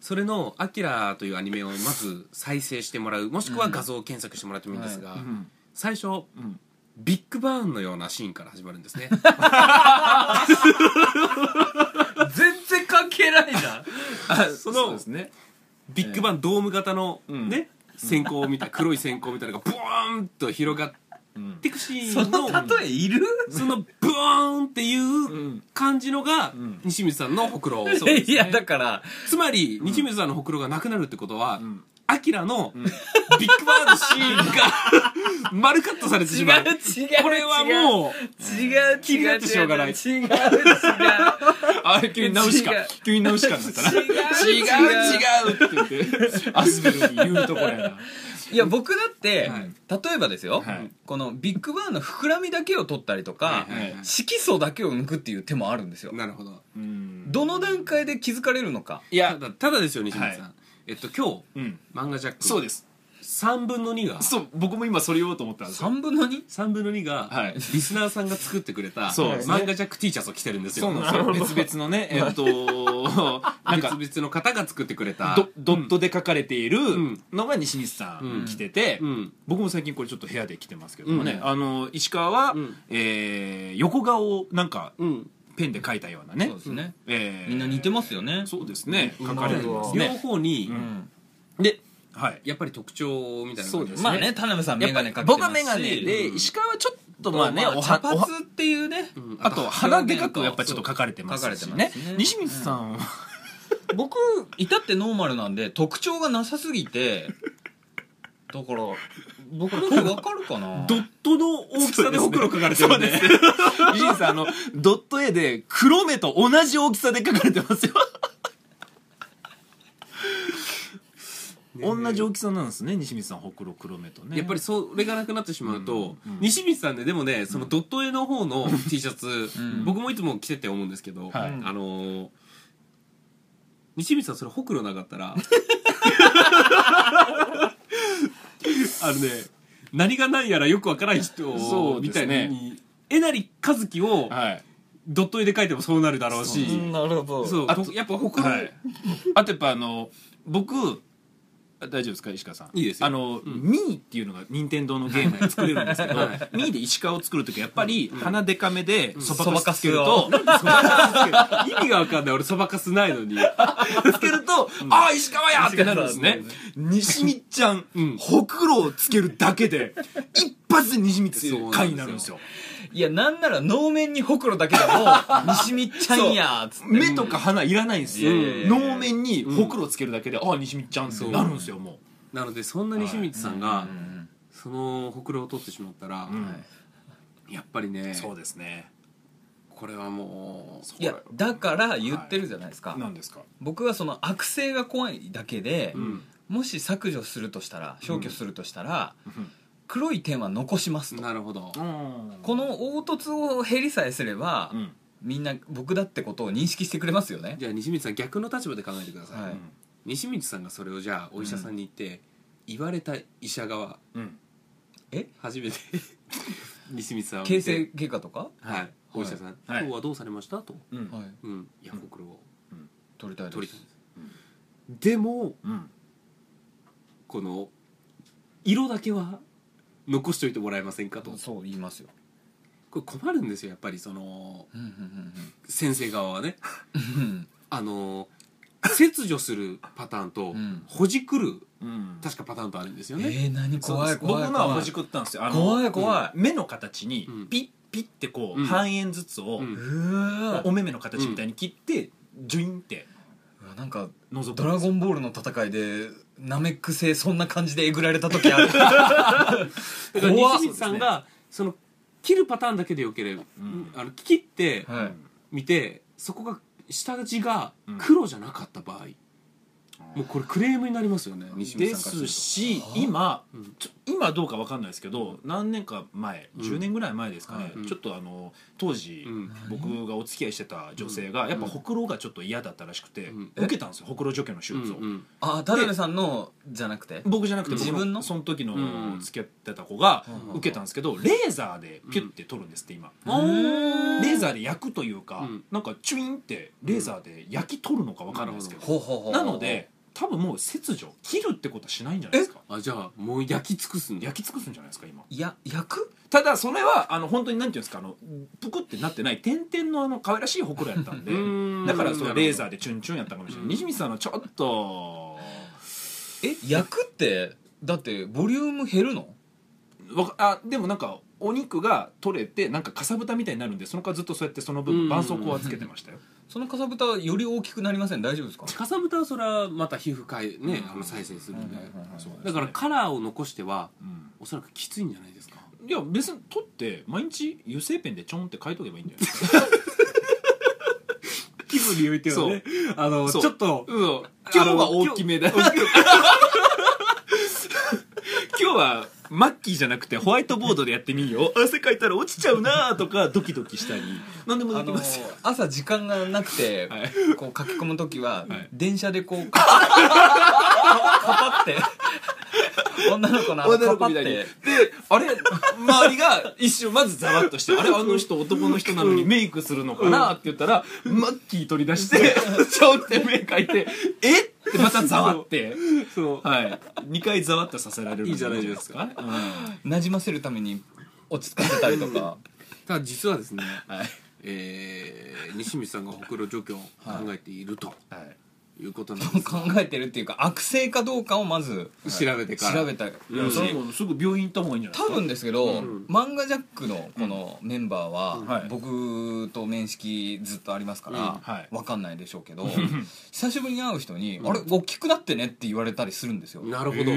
Speaker 1: それの「アキラというアニメをまず再生してもらうもしくは画像を検索してもらってもいいんですが、
Speaker 3: うん
Speaker 1: 最初
Speaker 3: うん
Speaker 1: ビッグバーンのようなシーンから始まるんですね
Speaker 2: 全然関係ないじゃん
Speaker 1: そ
Speaker 3: そう
Speaker 1: の
Speaker 3: ですね
Speaker 1: ビッグバーンドーム型の
Speaker 3: うん
Speaker 1: ね閃光を見た黒い閃光みたいなのがブーンと広がってくシー
Speaker 2: そ
Speaker 1: ンの
Speaker 2: の例えいる
Speaker 1: そのブーンっていう
Speaker 3: うん
Speaker 1: 感じのが
Speaker 3: ん
Speaker 1: 西水さんのほく
Speaker 3: [laughs]
Speaker 1: ろ
Speaker 2: いやだから
Speaker 1: つまり西水さんのほくろがなくなるってことは
Speaker 3: ん
Speaker 1: アキラのビッグバーンのシー
Speaker 3: [laughs]
Speaker 1: ンが丸カットされて
Speaker 2: 違
Speaker 1: し
Speaker 2: う
Speaker 1: まう
Speaker 2: 違う
Speaker 1: これはもう
Speaker 2: 違う
Speaker 1: 気になってしょうがな
Speaker 2: [laughs] 違
Speaker 1: い
Speaker 2: う違う違う
Speaker 3: あれ急にナウシカ
Speaker 2: 違う
Speaker 3: 急にナウシカになったな [laughs]
Speaker 2: 違う
Speaker 1: うって言って
Speaker 3: アスベルに言うところやない
Speaker 2: や僕だって、
Speaker 1: はい
Speaker 2: 例えばですよ、
Speaker 3: はい
Speaker 2: このビッグバンの膨らみだけを取ったりとか、
Speaker 1: はいはいはい
Speaker 2: 色素だけを抜くっていう手もあるんですよ
Speaker 1: なるほど
Speaker 3: うん
Speaker 2: どの段階で気づかれるのか
Speaker 1: いやただただですよ西水さ
Speaker 3: は
Speaker 1: んえっと今
Speaker 3: うん
Speaker 1: 日漫画ジャック
Speaker 3: そうです
Speaker 1: 3分の2が
Speaker 3: そう僕も今それ言おうと思ったんですよ
Speaker 2: 3分の 2?
Speaker 1: 3分の2が、
Speaker 3: はい
Speaker 1: リスナーさんが作ってくれた、
Speaker 3: そうですね
Speaker 1: 漫画ジャック T シャツを着てるんですよ。
Speaker 3: そうなんですよ別々のねえっ [laughs] となんか
Speaker 1: 別々の方が作ってくれた。
Speaker 3: ドドットで書かれている
Speaker 1: ん
Speaker 3: のが西光さ
Speaker 1: うん
Speaker 3: ん着てて、
Speaker 1: うん。
Speaker 3: 僕も最近これちょっと部屋で着てますけどもね、
Speaker 1: うん
Speaker 3: あの石川は、
Speaker 1: うん
Speaker 3: えー横顔をなんか
Speaker 1: うん。
Speaker 3: ペンで描いたようなね
Speaker 2: そうですね、
Speaker 3: えー
Speaker 2: みんな似てますよね
Speaker 3: そうですね
Speaker 2: うん
Speaker 3: 描かれてます
Speaker 1: 両
Speaker 3: ね、
Speaker 1: 方に、
Speaker 2: うん
Speaker 1: で、
Speaker 3: はい
Speaker 1: やっぱり特徴みたいな
Speaker 3: そ
Speaker 1: 感
Speaker 3: う
Speaker 1: じ
Speaker 3: です
Speaker 2: まあね田辺さん
Speaker 3: やっ
Speaker 2: 眼
Speaker 3: ぱ
Speaker 2: 鏡かけてますし
Speaker 3: 僕は眼鏡で、
Speaker 1: うん
Speaker 3: 石川はちょっと
Speaker 2: ま
Speaker 3: ま
Speaker 2: あ
Speaker 3: あね、
Speaker 2: ね、お
Speaker 3: おは
Speaker 2: 茶髪っていうね、
Speaker 1: うん
Speaker 3: あと鼻でか
Speaker 2: 表現
Speaker 3: く
Speaker 2: と
Speaker 3: やっぱちょっと書かれてますし
Speaker 2: そう書かれ
Speaker 3: ね
Speaker 2: てますね
Speaker 3: 西光さんは、
Speaker 2: 僕至ってノーマルなんで特徴がなさすぎ
Speaker 3: [laughs]
Speaker 2: てだから僕の分かるかな
Speaker 1: ドットの大きさでほくろ描かれてるんで。
Speaker 3: そうですね
Speaker 1: [laughs]
Speaker 3: 西光さんあのドット絵で黒目と同じ大きさで書かれてますよ同じ大きさなんですね西光さんほくろ黒目とね
Speaker 1: やっぱりそれがなくなってしまうと、
Speaker 3: うんうん
Speaker 1: 西光さんねでもねそのドット絵の方
Speaker 3: [laughs]
Speaker 1: の T シャツ、
Speaker 2: ん
Speaker 1: 僕もいつも着てて思うんですけど、
Speaker 3: はい
Speaker 1: あのー西光さんそれほくろなかったら [laughs] あのね何が何やらよくわからん
Speaker 3: そ
Speaker 1: 人
Speaker 3: う
Speaker 1: み
Speaker 3: で
Speaker 1: た
Speaker 3: す
Speaker 1: い
Speaker 3: ね
Speaker 1: に、えなりかずきを
Speaker 3: はい
Speaker 1: ドット絵で描いてもそうなるだろうし
Speaker 2: うんなるほど
Speaker 1: そう
Speaker 3: あと
Speaker 1: やっぱほくろ、
Speaker 3: はい、あとやっぱあの僕あ大丈夫ですか石川さん
Speaker 1: いいですよ
Speaker 3: あの、
Speaker 1: うん
Speaker 3: ミーっていうのが任天堂のゲームで作れるんですけど、
Speaker 1: はい
Speaker 3: ミーで石川を作る時はやっぱり鼻でかめでそばかすつける
Speaker 2: そ
Speaker 3: と、
Speaker 1: そばかす [laughs] 意味がわかんない俺そばかすないのに
Speaker 3: つけると、 [laughs] ああ、石川やってなるんですね
Speaker 2: 石川。
Speaker 3: 西光ちゃん、
Speaker 1: うん
Speaker 3: ほくろをつけるだけで、一発で西光会になるんですよ。
Speaker 2: いやなんなら能面にほくろだけでも西見ちゃんやーっつって
Speaker 3: 目とか鼻いらないんですよ。
Speaker 1: いやいや
Speaker 2: や
Speaker 1: い
Speaker 3: 能面にほくろつけるだけで、ああ、西光ちゃんってなるんですよ、も
Speaker 1: なのでそんな西光さんが、
Speaker 2: うん
Speaker 1: そのほくろを取ってしまったら、
Speaker 3: う。うん
Speaker 1: やっぱりね
Speaker 3: そうですね。
Speaker 1: これはもう
Speaker 2: いやだから言ってるじゃないですか、
Speaker 3: なんですか。
Speaker 2: 僕はその悪性が怖いだけで、
Speaker 1: うん
Speaker 2: もし削除するとしたら消去するとしたら、
Speaker 3: ん
Speaker 2: 黒い点は残しますと
Speaker 1: なるほど
Speaker 2: こ、の凹凸を減りさえすれば、
Speaker 3: うん。
Speaker 2: みんな僕だってことを認識してくれますよね
Speaker 1: じゃあ西光さん逆の立場で考えてください、
Speaker 2: はい
Speaker 1: 西光さんがそれをじゃあお医者さんに言って、言われた医者側
Speaker 3: うん。
Speaker 1: 初めて西光さんを見て
Speaker 2: 形成外科とか、
Speaker 1: はいお医者さん、
Speaker 3: はい
Speaker 1: 今日はどうされましたと、
Speaker 3: うん。
Speaker 2: はい、
Speaker 1: うん、いやほくろを
Speaker 2: 取りたいです
Speaker 1: 取りたいです、でも
Speaker 3: うん。
Speaker 1: この色だけは残しておいてもらえませんかと
Speaker 2: そう言いますよ、
Speaker 1: これ困るんですよやっぱりその
Speaker 2: うんうん
Speaker 1: 先生側はね
Speaker 2: うんうん、
Speaker 1: あの切除するパターン
Speaker 2: う
Speaker 1: と
Speaker 2: ん
Speaker 1: ほじくる
Speaker 3: うん
Speaker 1: 確かパターンとあるんですよ
Speaker 2: [laughs] え
Speaker 1: ね、
Speaker 2: ー、何
Speaker 3: そう
Speaker 2: 怖
Speaker 3: で
Speaker 2: い
Speaker 3: す
Speaker 2: 怖い
Speaker 3: 僕のは
Speaker 2: 怖
Speaker 3: ほ
Speaker 2: い
Speaker 3: じくったんですよあの
Speaker 2: 怖い怖い
Speaker 3: 目の形に
Speaker 1: うん
Speaker 3: ピッピッてこう、
Speaker 1: うん
Speaker 3: 半円ずつを、
Speaker 1: うん
Speaker 2: うー
Speaker 3: お目目の形みたいに切って、ジュインって
Speaker 2: うわなんか
Speaker 3: 覗く
Speaker 2: ドラゴンボールの戦いでナメック星そんな感じでえぐられた時ある
Speaker 1: だから
Speaker 2: 怖っ
Speaker 1: 西光さんがその切るパターンだけでよければ、
Speaker 3: うん
Speaker 1: あの切って
Speaker 2: はい
Speaker 1: 見てそこが下地が黒じゃなかった場合、もうこれクレームになりますよね西光
Speaker 3: で
Speaker 1: さんからる
Speaker 3: す
Speaker 1: と
Speaker 3: し
Speaker 2: あ
Speaker 3: 今
Speaker 1: うん
Speaker 3: ちょ今どうかわかんないですけど何年か前
Speaker 1: うん
Speaker 3: 10年ぐらい前ですかね、
Speaker 1: うん
Speaker 3: ちょっとあの当時、
Speaker 1: うん
Speaker 3: 僕がお付き合いしてた女性がやっぱほくろがちょっと嫌だったらしくて、
Speaker 1: うん
Speaker 3: 受けたんですよほくろ除去の手
Speaker 1: うん
Speaker 3: 術を、
Speaker 1: うん
Speaker 2: あ田辺さんのじゃなくて
Speaker 3: 僕じゃなくて
Speaker 2: うん
Speaker 3: 僕
Speaker 2: 自分の
Speaker 3: その時
Speaker 1: うん
Speaker 3: の付き合ってた子が
Speaker 1: うん
Speaker 3: 受けたんですけどレーザーでピュッて取るんですって今、
Speaker 2: うーん
Speaker 3: レーザーで焼くというか、
Speaker 1: うん
Speaker 3: なんかチュインってレーザーで焼き取るのかわかんないですけど、
Speaker 2: ほうほうほう
Speaker 3: なので多分もう切除切るってことはしないんじゃないですか
Speaker 1: あじゃあもう焼き尽くすんだ
Speaker 3: 焼き尽くすんじゃないですか今
Speaker 2: いや焼く
Speaker 3: ただそれはあの本当になんていうんですかあのぷくってなってない点々のあの可愛らしいほくろやったんでだからそのレーザ
Speaker 1: ー
Speaker 3: ーでチュンチュンやったかもしれな
Speaker 1: う
Speaker 3: い
Speaker 1: ん
Speaker 3: 西光さんのちょっと
Speaker 2: え焼くってだってボリューム減るの
Speaker 3: わかあでもなんかお肉が取れてなんかかさぶたみたいになるんでその間ずっとそうやってその
Speaker 1: うん
Speaker 3: 分絆創膏はつけてましたよ
Speaker 2: そのかさぶたはより大きくなりません大丈夫ですか
Speaker 1: かさぶたはそれはまた皮膚かいねあの再生するんでだからカラーを残しては
Speaker 3: うん
Speaker 1: おそらくきついんじゃないですか
Speaker 3: いや別に取って毎日油性ペンでちょんって書いとけばい [laughs] いんだよ
Speaker 1: 気分に浮いて
Speaker 3: はね
Speaker 1: あの
Speaker 3: ちょ
Speaker 1: っと
Speaker 3: うん
Speaker 1: 今
Speaker 3: 今
Speaker 1: 日は
Speaker 3: 日は
Speaker 1: 大
Speaker 3: 大
Speaker 1: き
Speaker 3: き [laughs] めだ今日はマッキーじゃなくてホワイトボードでやってみよう汗かいたら落ちちゃうなとかドキドキしたり何でも
Speaker 2: あ
Speaker 3: でき
Speaker 2: の
Speaker 3: ますよ
Speaker 2: 朝時間がなくて、
Speaker 3: はい
Speaker 2: こう書き込む時は、
Speaker 3: はい
Speaker 2: 電車でこうカパッカパって女の子のあの
Speaker 3: 女
Speaker 2: カ
Speaker 3: の
Speaker 2: パ
Speaker 3: 子
Speaker 2: っ
Speaker 3: みたいにで
Speaker 2: て
Speaker 3: あれ周りが一瞬まずざわっと [laughs] してあれあの人男の人なのにメイクするのかなって言ったらマッキー取り出 [laughs] してちょんって目描いてえってまたざわって
Speaker 1: そう
Speaker 3: はい2回ざわっとさせられる
Speaker 1: いいじゃないですか
Speaker 3: うんは
Speaker 2: なじませるために落ち着かせたりと
Speaker 1: [laughs]
Speaker 2: か
Speaker 1: ただ実はですね
Speaker 3: い
Speaker 1: えー西光さんがほくろ除去を考えていると
Speaker 3: はい
Speaker 1: いうことなんです
Speaker 2: 考えてるっていうか悪性かどうかをまず
Speaker 1: 調べてから
Speaker 2: 調べた
Speaker 3: いやそれもすぐ病院行った方がいいんじゃないです
Speaker 2: 多
Speaker 3: か
Speaker 2: 分ですけど、
Speaker 1: ん
Speaker 2: マンガジャックのこのメンバー
Speaker 3: んは
Speaker 2: はい僕と面識ずっとありますから、
Speaker 1: うん
Speaker 3: はい
Speaker 2: わかんないでしょうけ
Speaker 1: [laughs]
Speaker 2: ど久しぶりに会う人に「あれ大きくなってね」って言われたりするんですよ
Speaker 1: なるほど
Speaker 3: へ
Speaker 2: で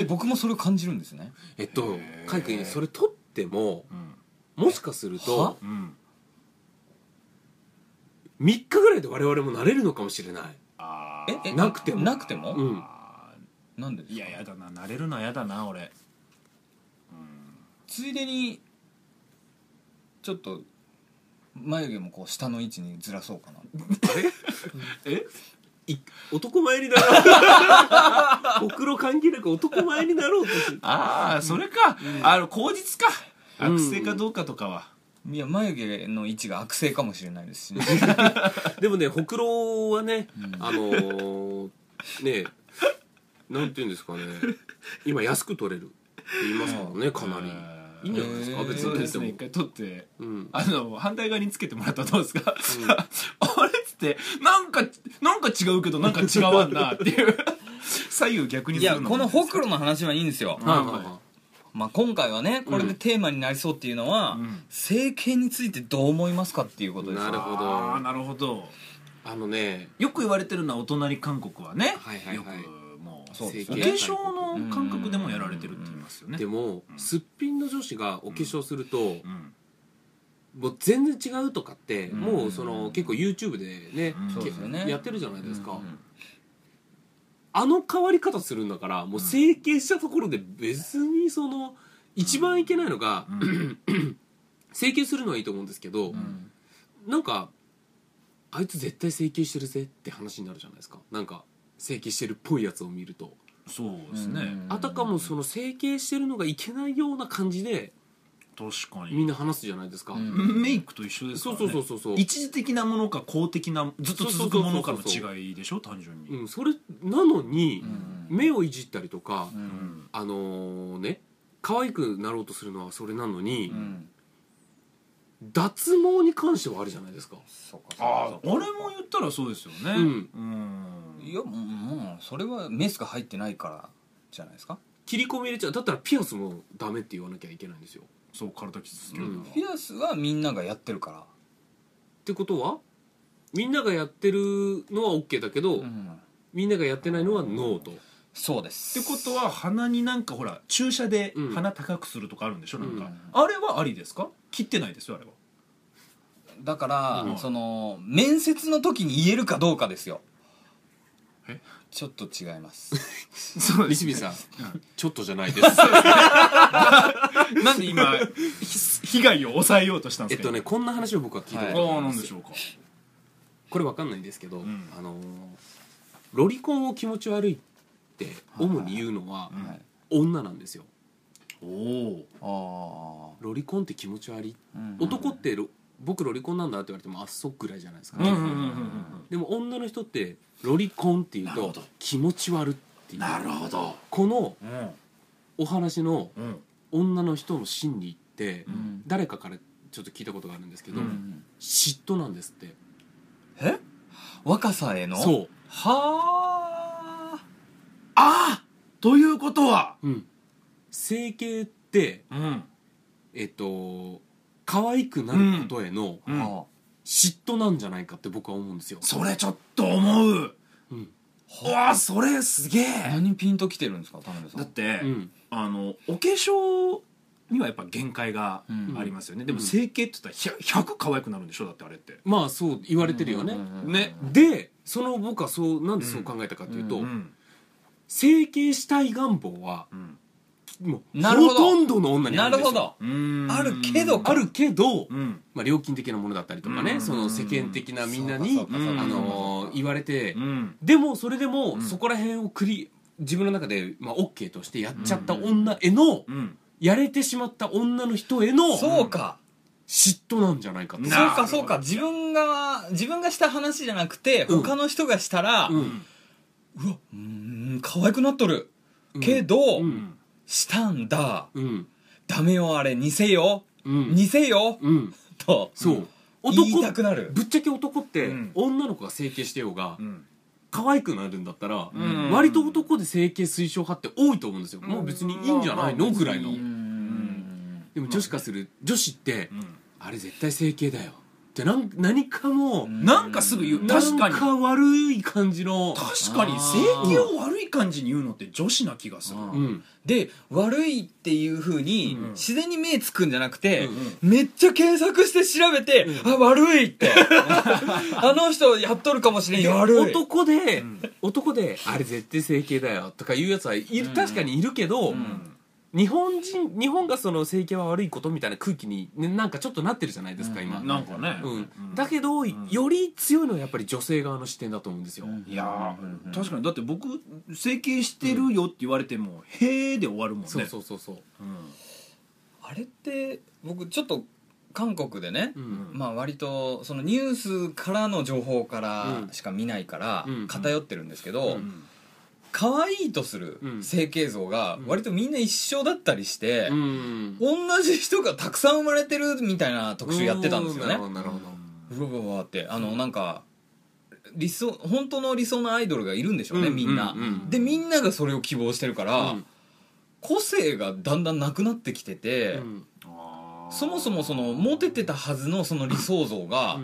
Speaker 3: え
Speaker 2: 僕もそれを感じるんですね
Speaker 1: えっと
Speaker 3: へー
Speaker 1: 海君それ取っても
Speaker 3: うん
Speaker 1: もしかすると
Speaker 2: は
Speaker 3: うん
Speaker 1: 3日ぐらいで我々もなれるのかもしれない
Speaker 3: あ
Speaker 2: え
Speaker 3: ー
Speaker 2: え
Speaker 1: なくても
Speaker 2: なくても、
Speaker 1: うん
Speaker 3: あ
Speaker 2: なんでで
Speaker 3: ー
Speaker 2: す
Speaker 3: い
Speaker 2: か
Speaker 3: ややだな慣れるのはやだな俺うん
Speaker 2: ついでにちょっと眉毛もこう下の位置にずらそうかな
Speaker 1: えい男前になろ [laughs] うほくろ関係なく男前になろうとし
Speaker 3: ああそれか、あの口実か
Speaker 1: うん
Speaker 3: 悪性かどうかとかは、
Speaker 2: いや眉毛の位置が悪性かもしれないですし
Speaker 3: [laughs]
Speaker 2: ね
Speaker 1: でもねほくろはね、
Speaker 2: うん
Speaker 1: あのー、ねなんて言うんですかね今安く取れるって言いますからねかなりいいんじゃないですか
Speaker 2: へー
Speaker 1: 別
Speaker 3: そう
Speaker 1: に取
Speaker 3: で
Speaker 1: って
Speaker 3: す
Speaker 1: も、
Speaker 3: ね一回取って
Speaker 1: うん、
Speaker 3: あの反対側につけてもらったらどうですか、 [laughs] あれっつってなんかなんか違うけどなんか違わ
Speaker 1: [laughs]
Speaker 3: んなっていう左右逆に
Speaker 2: い
Speaker 3: する
Speaker 2: や
Speaker 3: のも
Speaker 2: このほくろの話はいいんですよ、
Speaker 1: はいはいは
Speaker 2: まあ、今回はねこれでテーマになりそうっていうのは、
Speaker 3: うん
Speaker 2: 整形についてどう思いますかっていうことですよ
Speaker 1: なるほど
Speaker 3: あーなるほど
Speaker 1: いあのね
Speaker 3: よく言われてるのはお隣韓国はね、
Speaker 1: はいはいはい
Speaker 3: よくもう
Speaker 2: そうです
Speaker 3: お
Speaker 2: ね
Speaker 3: 化粧の感覚でもやられてるって言いますよね
Speaker 1: でも、
Speaker 3: うん
Speaker 1: すっぴんの女子がお化粧すると、
Speaker 3: うん
Speaker 1: もう全然違うとかって、
Speaker 2: うん
Speaker 1: もうその結構 YouTube でね、
Speaker 3: うんそう
Speaker 2: ですよね
Speaker 1: やってるじゃないですか、
Speaker 2: うんうん
Speaker 1: あの変わり方するんだからもう整形したところで別にその一番いけないのが、
Speaker 3: うん
Speaker 1: 整形するのはいいと思うんですけ
Speaker 2: う
Speaker 1: ど、
Speaker 2: ん
Speaker 1: なんかあいつ絶対整形してるぜって話になるじゃないですかなんか整形してるっぽいやつを見ると、
Speaker 3: そうですね、
Speaker 2: うん
Speaker 1: あたかもその整形してるのがいけないような感じで
Speaker 3: 確かに
Speaker 1: みんな話すじゃないですか、
Speaker 2: うん
Speaker 3: メイクと一緒ですか
Speaker 1: そう
Speaker 3: ら、ね、
Speaker 1: そうそうそうそう
Speaker 3: 一時的なものか公的なずっと続くものかの違いでしょ単純に、
Speaker 1: うん、それなのに、
Speaker 2: うん
Speaker 1: 目をいじったりとか、
Speaker 2: うん
Speaker 1: あのーね可愛くなろうとするのはそれなのに、
Speaker 2: うん
Speaker 1: 脱毛に関してはあるじゃないですか
Speaker 2: そうか
Speaker 3: ああ
Speaker 2: そうか
Speaker 3: 俺も言ったらそうですよ
Speaker 1: う
Speaker 3: ね
Speaker 1: ん
Speaker 3: うん
Speaker 2: いやもうもうそれはメスが入ってないからじゃないですか
Speaker 1: 切り込み入れちゃうだったらピアスもダメって言わなきゃいけないんですよっ
Speaker 3: そう体傷つける
Speaker 1: うん
Speaker 3: な
Speaker 2: ピアスはみんながやってるから
Speaker 1: てことはみんながやってるのは OK だけ
Speaker 2: う
Speaker 1: ど、
Speaker 2: ん
Speaker 1: みんながやってないのはノーと
Speaker 2: そうです
Speaker 3: ってことは鼻になんかほら注射で
Speaker 1: うん
Speaker 3: 鼻高くするとかあるんでしょ、なんか
Speaker 2: う
Speaker 3: あれはありですか切ってないですよあれは
Speaker 2: だから、
Speaker 3: うん
Speaker 2: その面接の時に言えるかどうかですよ
Speaker 3: え
Speaker 2: ちょっと違います
Speaker 1: [laughs]
Speaker 3: そう
Speaker 1: 西見さんちょっとじゃないです
Speaker 3: なんで今ひ被害を抑えようとしたん
Speaker 1: え
Speaker 3: で
Speaker 1: っ
Speaker 3: すか
Speaker 1: とねこんな話を僕は聞いたこ
Speaker 3: ああ
Speaker 1: とがある
Speaker 3: なんん
Speaker 1: で
Speaker 3: ですし
Speaker 1: よ
Speaker 3: ょうか
Speaker 1: これわかんないんですけど、
Speaker 3: うん
Speaker 1: あのーロリコンを気持ち悪いって主に言うのは
Speaker 3: うん
Speaker 2: はい
Speaker 1: 女なんですよ
Speaker 3: おお
Speaker 2: あ
Speaker 1: ロリコンって気持ち悪い
Speaker 2: あ、うん
Speaker 1: 男ってロ僕ロリコンなんだって言われてもあっそぐらいじゃないですか、
Speaker 3: うんうんうんうんうん
Speaker 1: でも女の人ってロリコンっていう
Speaker 3: なるほ
Speaker 1: と
Speaker 3: ど
Speaker 1: 気持ち悪っていう
Speaker 3: ほど
Speaker 1: この
Speaker 3: うん
Speaker 1: お話の
Speaker 3: うん
Speaker 1: 女の人の心理って
Speaker 2: うん
Speaker 1: 誰かからちょっと聞いたことがあるんですけど、
Speaker 3: う
Speaker 2: うんん
Speaker 1: 嫉妬なんですって
Speaker 2: え若さへの
Speaker 1: そ
Speaker 2: はあ
Speaker 3: ああということは
Speaker 1: う、うん、整形って
Speaker 3: うん
Speaker 1: えっと可愛くなることへの
Speaker 3: うん
Speaker 2: は
Speaker 1: 嫉妬なんじゃないかって僕は思うんですよ、
Speaker 3: それちょっと思う
Speaker 1: うん
Speaker 3: うわそれすげ
Speaker 2: あ
Speaker 3: え
Speaker 2: 何ピンときてるんですか田辺さん
Speaker 3: だって、
Speaker 1: うん、
Speaker 3: あのお化粧にはやっぱ限界がありますよね、でも
Speaker 1: うん
Speaker 3: 整形って言ったら100 100可愛くなるんでしょだってあれって、
Speaker 1: まあそう言われてるよね、
Speaker 3: ね
Speaker 1: でその僕はそうなんでそう考えたかというと、
Speaker 2: うん
Speaker 1: 整形したい願望は
Speaker 3: うん
Speaker 1: もう
Speaker 2: なるほ
Speaker 1: ほ
Speaker 2: ど
Speaker 1: とんどの女にあ
Speaker 2: な
Speaker 1: るん
Speaker 2: る
Speaker 1: です
Speaker 2: ほ
Speaker 1: よ
Speaker 2: ど
Speaker 3: うん
Speaker 2: あるけど
Speaker 1: あるけど、
Speaker 3: うん
Speaker 1: まあ、料金的なものだったりとかね、
Speaker 3: うん
Speaker 1: その世間的なみんなに、
Speaker 2: そうか
Speaker 3: そうかそうか
Speaker 1: あのー言われて、
Speaker 3: うん
Speaker 1: でもそれでも、
Speaker 3: うん
Speaker 1: そこら辺をクリ自分の中で、まあ、OK としてやっちゃった女への、
Speaker 3: うん
Speaker 1: やれてしまった女の人への
Speaker 2: そうか
Speaker 1: 嫉妬なんじゃないかと
Speaker 2: そう
Speaker 3: なるほ
Speaker 2: か
Speaker 3: ど
Speaker 2: そうか自分が自分がした話じゃなくて
Speaker 1: うん
Speaker 2: 他の人がしたら
Speaker 1: う
Speaker 2: うんわうーん可愛くなっとる
Speaker 1: うん
Speaker 2: けど
Speaker 1: う
Speaker 3: うんん
Speaker 2: したんだ
Speaker 1: うん
Speaker 2: ダメよあれ似せよ
Speaker 1: うん
Speaker 2: 似せよ
Speaker 1: うん
Speaker 2: と
Speaker 1: そう
Speaker 2: 言い
Speaker 1: 男
Speaker 2: たくなる
Speaker 1: ぶっちゃけ男って、
Speaker 3: うん
Speaker 1: 女の子が整形してようが、
Speaker 3: うん
Speaker 1: 可愛くなるんだったら、
Speaker 3: うん
Speaker 1: 割と男で整形推奨派って多いと思うんですよ、
Speaker 3: うん
Speaker 1: もう別にいいんじゃない
Speaker 3: まあ
Speaker 1: の
Speaker 3: まあ
Speaker 1: ぐらいの
Speaker 3: 別
Speaker 2: う
Speaker 3: に
Speaker 2: ん
Speaker 1: でも女子化する女子って、
Speaker 3: うん
Speaker 1: あれ絶対整形だよってなん何かも、
Speaker 3: なんかすぐ言う
Speaker 1: な
Speaker 3: 確
Speaker 1: ん
Speaker 3: かに
Speaker 1: か悪い感じの
Speaker 3: 確かに
Speaker 2: あー
Speaker 3: 整形を悪い感じに言うのって女子な気がする
Speaker 2: うん
Speaker 1: うん
Speaker 2: で悪いっていうふうに
Speaker 3: うん
Speaker 2: 自然に目つくんじゃなくて、
Speaker 1: うん
Speaker 2: めっちゃ検索して調べて、
Speaker 1: うん
Speaker 2: あ悪いって [laughs] あの人やっとるかもしれん悪い
Speaker 1: 男で、
Speaker 3: うん
Speaker 1: 男であれ絶対整形だよとかいうやつはいる、
Speaker 2: うん
Speaker 1: 確かにいるけど、
Speaker 3: うん
Speaker 1: 日本人日本がその整形は悪いことみたいな空気に、ね、なんかちょっとなってるじゃないですか、
Speaker 2: うん
Speaker 1: 今、
Speaker 2: う
Speaker 3: なんかね
Speaker 1: うん、だけど、
Speaker 3: ん
Speaker 1: より強いのはやっぱり女性側の視点だと思うんですよ、
Speaker 3: いや
Speaker 2: うん
Speaker 3: ー確かにだって僕整形してるよって言われても「へーで終わるもんね
Speaker 1: そうそうそうそう、
Speaker 3: うん
Speaker 2: あれって僕ちょっと韓国でね、
Speaker 1: うん
Speaker 2: まあ割とそのニュースからの情報からしか見ないから
Speaker 1: うん
Speaker 2: 偏ってるんですけど、
Speaker 1: うん
Speaker 2: 可愛いとする
Speaker 1: うん
Speaker 2: 整形像が割とみんな一緒だったりして、
Speaker 1: うん、
Speaker 2: 同じ人がたくさん生まれてるみたいな特集やってたんですよね
Speaker 1: うなるほどなるほど
Speaker 2: うわうわうわってあのなんか理想本当の理想のアイドルがいるんでしょうね、
Speaker 1: うん
Speaker 2: みんな、
Speaker 1: うんうん
Speaker 2: でみんながそれを希望してるから、個性がだんだんなくなってきてて、
Speaker 1: うん
Speaker 3: あー
Speaker 2: そもそもそのモテてたはずのその理想像が、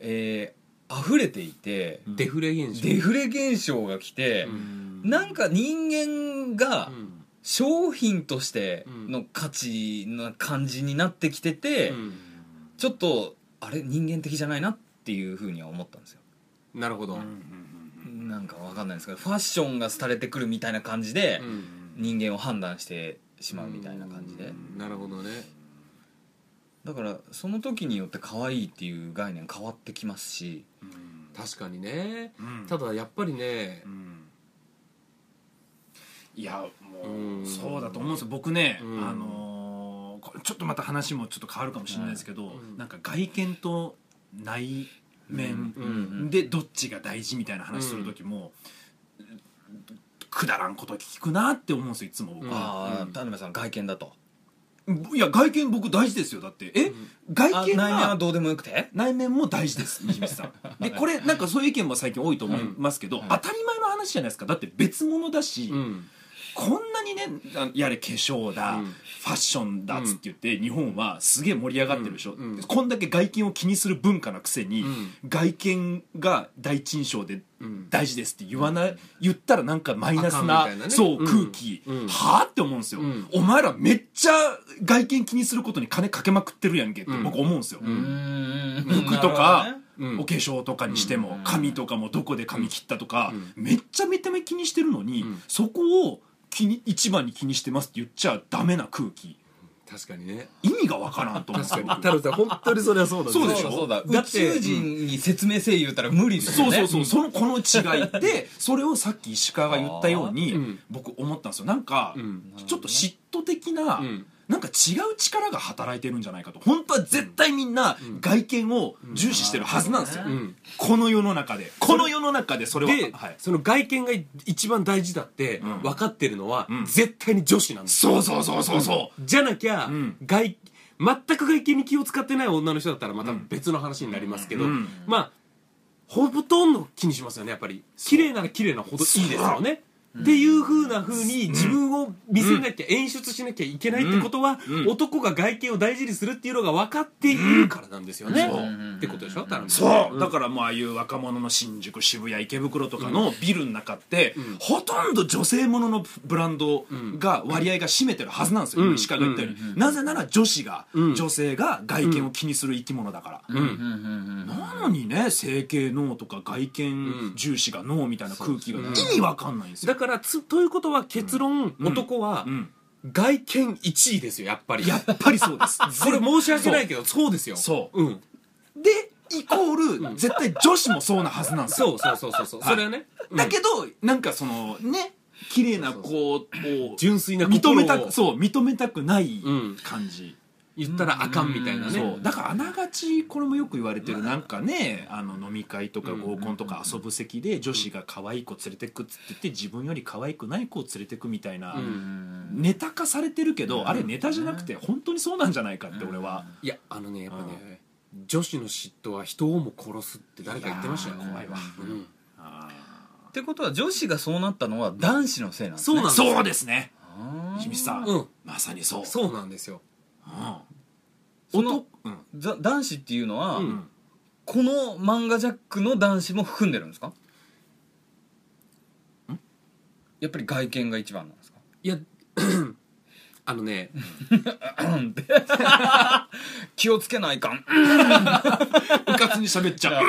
Speaker 2: えー溢れていて、
Speaker 1: うんデフレ現象
Speaker 2: デフレ現象が来て
Speaker 1: う、ん
Speaker 2: なんか人間が
Speaker 1: うん
Speaker 2: 商品としての価値な感じになってきてて、
Speaker 1: うん
Speaker 2: ちょっとあれ人間的じゃないなっていうふうには思ったんですよ
Speaker 1: なるほど、
Speaker 3: うんうん
Speaker 2: なんかわかんないですけどファッションが廃れてくるみたいな感じで
Speaker 1: う
Speaker 3: うん
Speaker 1: ん
Speaker 2: 人間を判断してしまうみたいな感じで
Speaker 1: うんなるほどね
Speaker 2: だからその時によって可愛いっていう概念変わってきますし
Speaker 3: うん
Speaker 1: 確かにね
Speaker 3: うん
Speaker 1: ただやっぱりね
Speaker 3: うんいや
Speaker 1: う
Speaker 3: も
Speaker 1: ん
Speaker 3: うそうだと思うんですよ僕ねあ
Speaker 1: うん
Speaker 3: のーこれちょっとまた話もちょっと変わるかもしれないですけど
Speaker 1: うん
Speaker 3: なんか外見と内面
Speaker 1: うん
Speaker 3: でどっちが大事みたいな話する時も、くだらんこと聞くなって思うんですよいつも僕は、
Speaker 2: あ
Speaker 1: うん
Speaker 2: あ田辺さん外見だと
Speaker 3: いや外見僕大事ですよだってえ、
Speaker 2: あ
Speaker 3: 外
Speaker 2: 内
Speaker 3: 見
Speaker 2: 面は
Speaker 3: は
Speaker 2: どうでもよくて
Speaker 3: 内面も大事です西光さん
Speaker 1: [laughs]
Speaker 3: でこれなんかそういう意見も最近多いと思いますけど、
Speaker 2: うん
Speaker 3: 当たり前の話じゃないですかだって別物だし、
Speaker 1: うん
Speaker 3: こんなにねあやれ化粧だ、
Speaker 1: うん
Speaker 3: ファッションだっつって言って、日本はすげえ盛り上がってるでしょ、
Speaker 1: うんうん
Speaker 3: こんだけ外見を気にする文化なくせに、
Speaker 1: うん
Speaker 3: 外見が第一印象で
Speaker 1: うん
Speaker 3: 大事ですって言わない、言ったらなんかマイナス
Speaker 1: あかんみ
Speaker 3: な
Speaker 1: たいなね
Speaker 3: そう、
Speaker 1: うん
Speaker 3: 空気、
Speaker 1: うん
Speaker 3: はあって思うんですよ、
Speaker 1: うん
Speaker 3: お前らめっちゃ外見気にすることに金かけまくってるやんけって
Speaker 1: うん
Speaker 3: 僕思うんですよ、
Speaker 1: うん
Speaker 3: 服とか、
Speaker 1: うん
Speaker 3: お化粧とかにしても、
Speaker 2: うん
Speaker 3: 髪とかもどこで髪切ったとか、
Speaker 1: う
Speaker 3: めっちゃ見た目気にしてるのに、
Speaker 1: うん
Speaker 3: そこを気に一番に気にしてますって言っちゃダメな空気
Speaker 1: 確かにね
Speaker 3: 意味がわからんと
Speaker 1: [laughs]
Speaker 3: 思うんですよ
Speaker 1: 太郎さん本当にそれはそうだね
Speaker 3: そ
Speaker 2: そうで
Speaker 3: うでし
Speaker 2: し
Speaker 3: ょ
Speaker 2: ょそうだ
Speaker 3: だ
Speaker 2: 宇
Speaker 3: って
Speaker 2: 宙人に説明せえ言うたら無理です
Speaker 3: そ
Speaker 2: よ
Speaker 3: う
Speaker 2: ね
Speaker 3: そうそう、その [laughs] この違いでそれをさっき石川が言ったように、
Speaker 1: あーうん
Speaker 3: 僕思ったんですよなんか、
Speaker 1: うん
Speaker 3: ちょっと嫉妬的な、
Speaker 1: うん
Speaker 3: なんか違う力が働いてるんじゃないかと本当は絶対みんな
Speaker 1: うん
Speaker 3: 外見を重視してるはずなんですよ、
Speaker 2: う
Speaker 1: うん
Speaker 3: この世の中でこの世の中でそれは
Speaker 1: で、
Speaker 3: はい、
Speaker 1: その外見が一番大事だって
Speaker 3: うん
Speaker 1: 分かってるのは、
Speaker 3: うん
Speaker 1: 絶対に女子なんです
Speaker 3: そうそうそうそうそ
Speaker 1: じゃなきゃ、
Speaker 3: うん
Speaker 1: 外全く外見に気を使ってない女の人だったらまた
Speaker 3: うん
Speaker 1: 別の話になりますけ
Speaker 3: う、
Speaker 1: ど、
Speaker 3: うん
Speaker 1: まあほとんど気にしますよねやっぱり綺麗なら綺麗なほどいいですよねっていう風な風に自分を見せなきゃ、演出しなきゃいけないってことは、
Speaker 3: うん
Speaker 1: 男が外見を大事にするっていうのが分かっているからなんですよね、
Speaker 3: そう
Speaker 1: ってことでしょ頼む
Speaker 3: そうだからもうああいう若者の新宿渋谷池袋とかのビルの中って、
Speaker 1: うん
Speaker 3: ほとんど女性もののブランドが割合が占めてるはずなんですよ、
Speaker 1: うん
Speaker 3: 石川が言ったように、
Speaker 2: うん
Speaker 3: なぜなら女子が、
Speaker 1: うん
Speaker 3: 女性が外見を気にする生き物だか
Speaker 1: う
Speaker 3: ら、
Speaker 1: ん
Speaker 2: うんうんうんうん
Speaker 3: なのにね整形脳とか外見重視が脳みたいな空気が意味わかんないんですよ
Speaker 1: だ、からつということは結論、
Speaker 3: うん
Speaker 1: 男は
Speaker 3: うん、
Speaker 1: 外見1位ですよやっぱり
Speaker 3: やっぱりそう [laughs] です
Speaker 1: これ申し訳ないけどそうですよ、
Speaker 3: そう
Speaker 1: うん、
Speaker 3: でイコール絶対女子もそうなはずなんですよ
Speaker 1: そうそうそうそうそうそれはね、うん
Speaker 3: だけど、なんかそのね綺麗な子を
Speaker 1: 純粋な心を
Speaker 3: 認めたくそう認めたくない
Speaker 1: うん
Speaker 3: 感じ、
Speaker 1: 言ったらあかんみたいなね、
Speaker 3: そうだからあながちこれもよく言われてるなんかねあの飲み会とか合コンとか遊ぶ席で女子が可愛い子連れてくっつって言って自分より可愛くない子を連れてくみたいな、
Speaker 1: うん
Speaker 3: ネタ化されてるけど、
Speaker 2: うん
Speaker 3: あれネタじゃなくて本当にそうなんじゃないかって俺は、
Speaker 1: いやあのねやっぱね女子の嫉妬は人をも殺すって誰か言ってましたよ
Speaker 3: いやー怖いわ
Speaker 1: うん
Speaker 2: ってことは女子がそうなったのは男子のせいなんです
Speaker 1: そう
Speaker 2: ね
Speaker 1: なんです
Speaker 3: そうですね
Speaker 2: あー
Speaker 3: 秘密さん、
Speaker 1: うん
Speaker 3: まさにそう
Speaker 1: そうなんですよ
Speaker 3: う
Speaker 2: そ
Speaker 3: ん、
Speaker 2: の
Speaker 3: 男うん
Speaker 2: ざ男子っていうのは、
Speaker 1: うん
Speaker 2: この漫画ジャックの男子も含んでるんですかやっぱり外見が一番なんですか
Speaker 1: いや [clears throat] あのね
Speaker 2: うんって気をつけないかん
Speaker 3: うかつに喋っちゃう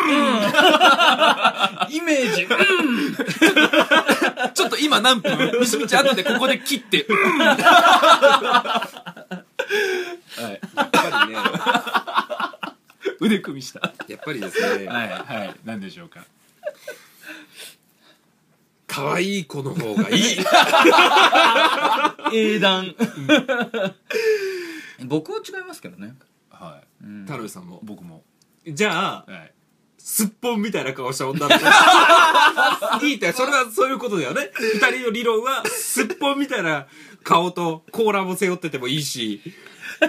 Speaker 2: イメージうん
Speaker 3: ちょっと今何分西口後でここで切って、うん
Speaker 2: はい
Speaker 1: やっぱりね
Speaker 3: [laughs] 腕組みした。
Speaker 1: やっぱりですね
Speaker 3: い、はい。何でしょうか。
Speaker 1: 可愛い子の方がいい
Speaker 2: 英断僕は違いますけどね、
Speaker 3: は
Speaker 2: うん
Speaker 1: 太郎さんも
Speaker 3: い。僕も。
Speaker 1: じゃあ
Speaker 3: はい。
Speaker 1: すっぽんみたいな顔した女の子 [laughs] いいってそれはそういうことだよね二人の理論はすっぽんみたいな顔と甲羅も背負っててもいいし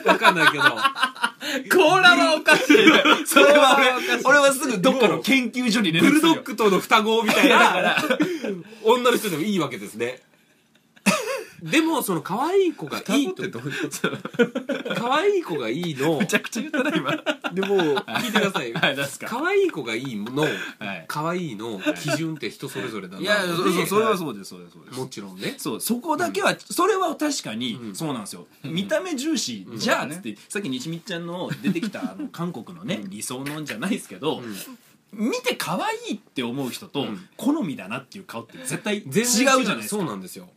Speaker 1: わかんないけど
Speaker 2: コーラはおかしい
Speaker 3: [laughs] それは俺、俺はすぐどっかの研究所に連
Speaker 1: ブル
Speaker 3: 絡す
Speaker 1: ド
Speaker 3: る
Speaker 1: ッ
Speaker 3: よ。
Speaker 1: グとの双子みたいな女の人でもいいわけですねでもその可愛い子がいいと
Speaker 2: どういうこと
Speaker 1: 可愛い子がいいの
Speaker 3: めちゃくちゃ言ったな、 [laughs] 今。は
Speaker 1: でも聞いてくださいよ
Speaker 3: い、何すか。
Speaker 1: 可愛い子がいいの
Speaker 3: はい。
Speaker 1: 可愛いの基準って人それぞれだない
Speaker 3: や、そ
Speaker 1: で
Speaker 3: うそれはそうです、そうです、そうです。
Speaker 1: もちろんね
Speaker 3: そうそこだけは、それは確かに
Speaker 1: ん
Speaker 3: そうなんですよ、見た目重視、じゃあ
Speaker 2: うん
Speaker 3: つって、さっき西光ちゃんの出てきたあ [laughs] の韓国のね理想のんじゃないですけど、見て可愛いって思う人と、
Speaker 1: うん
Speaker 3: 好みだなっていう顔って絶対違う
Speaker 1: 全
Speaker 3: じ
Speaker 1: 然
Speaker 3: ゃないです
Speaker 1: そう
Speaker 3: か
Speaker 1: なんですよ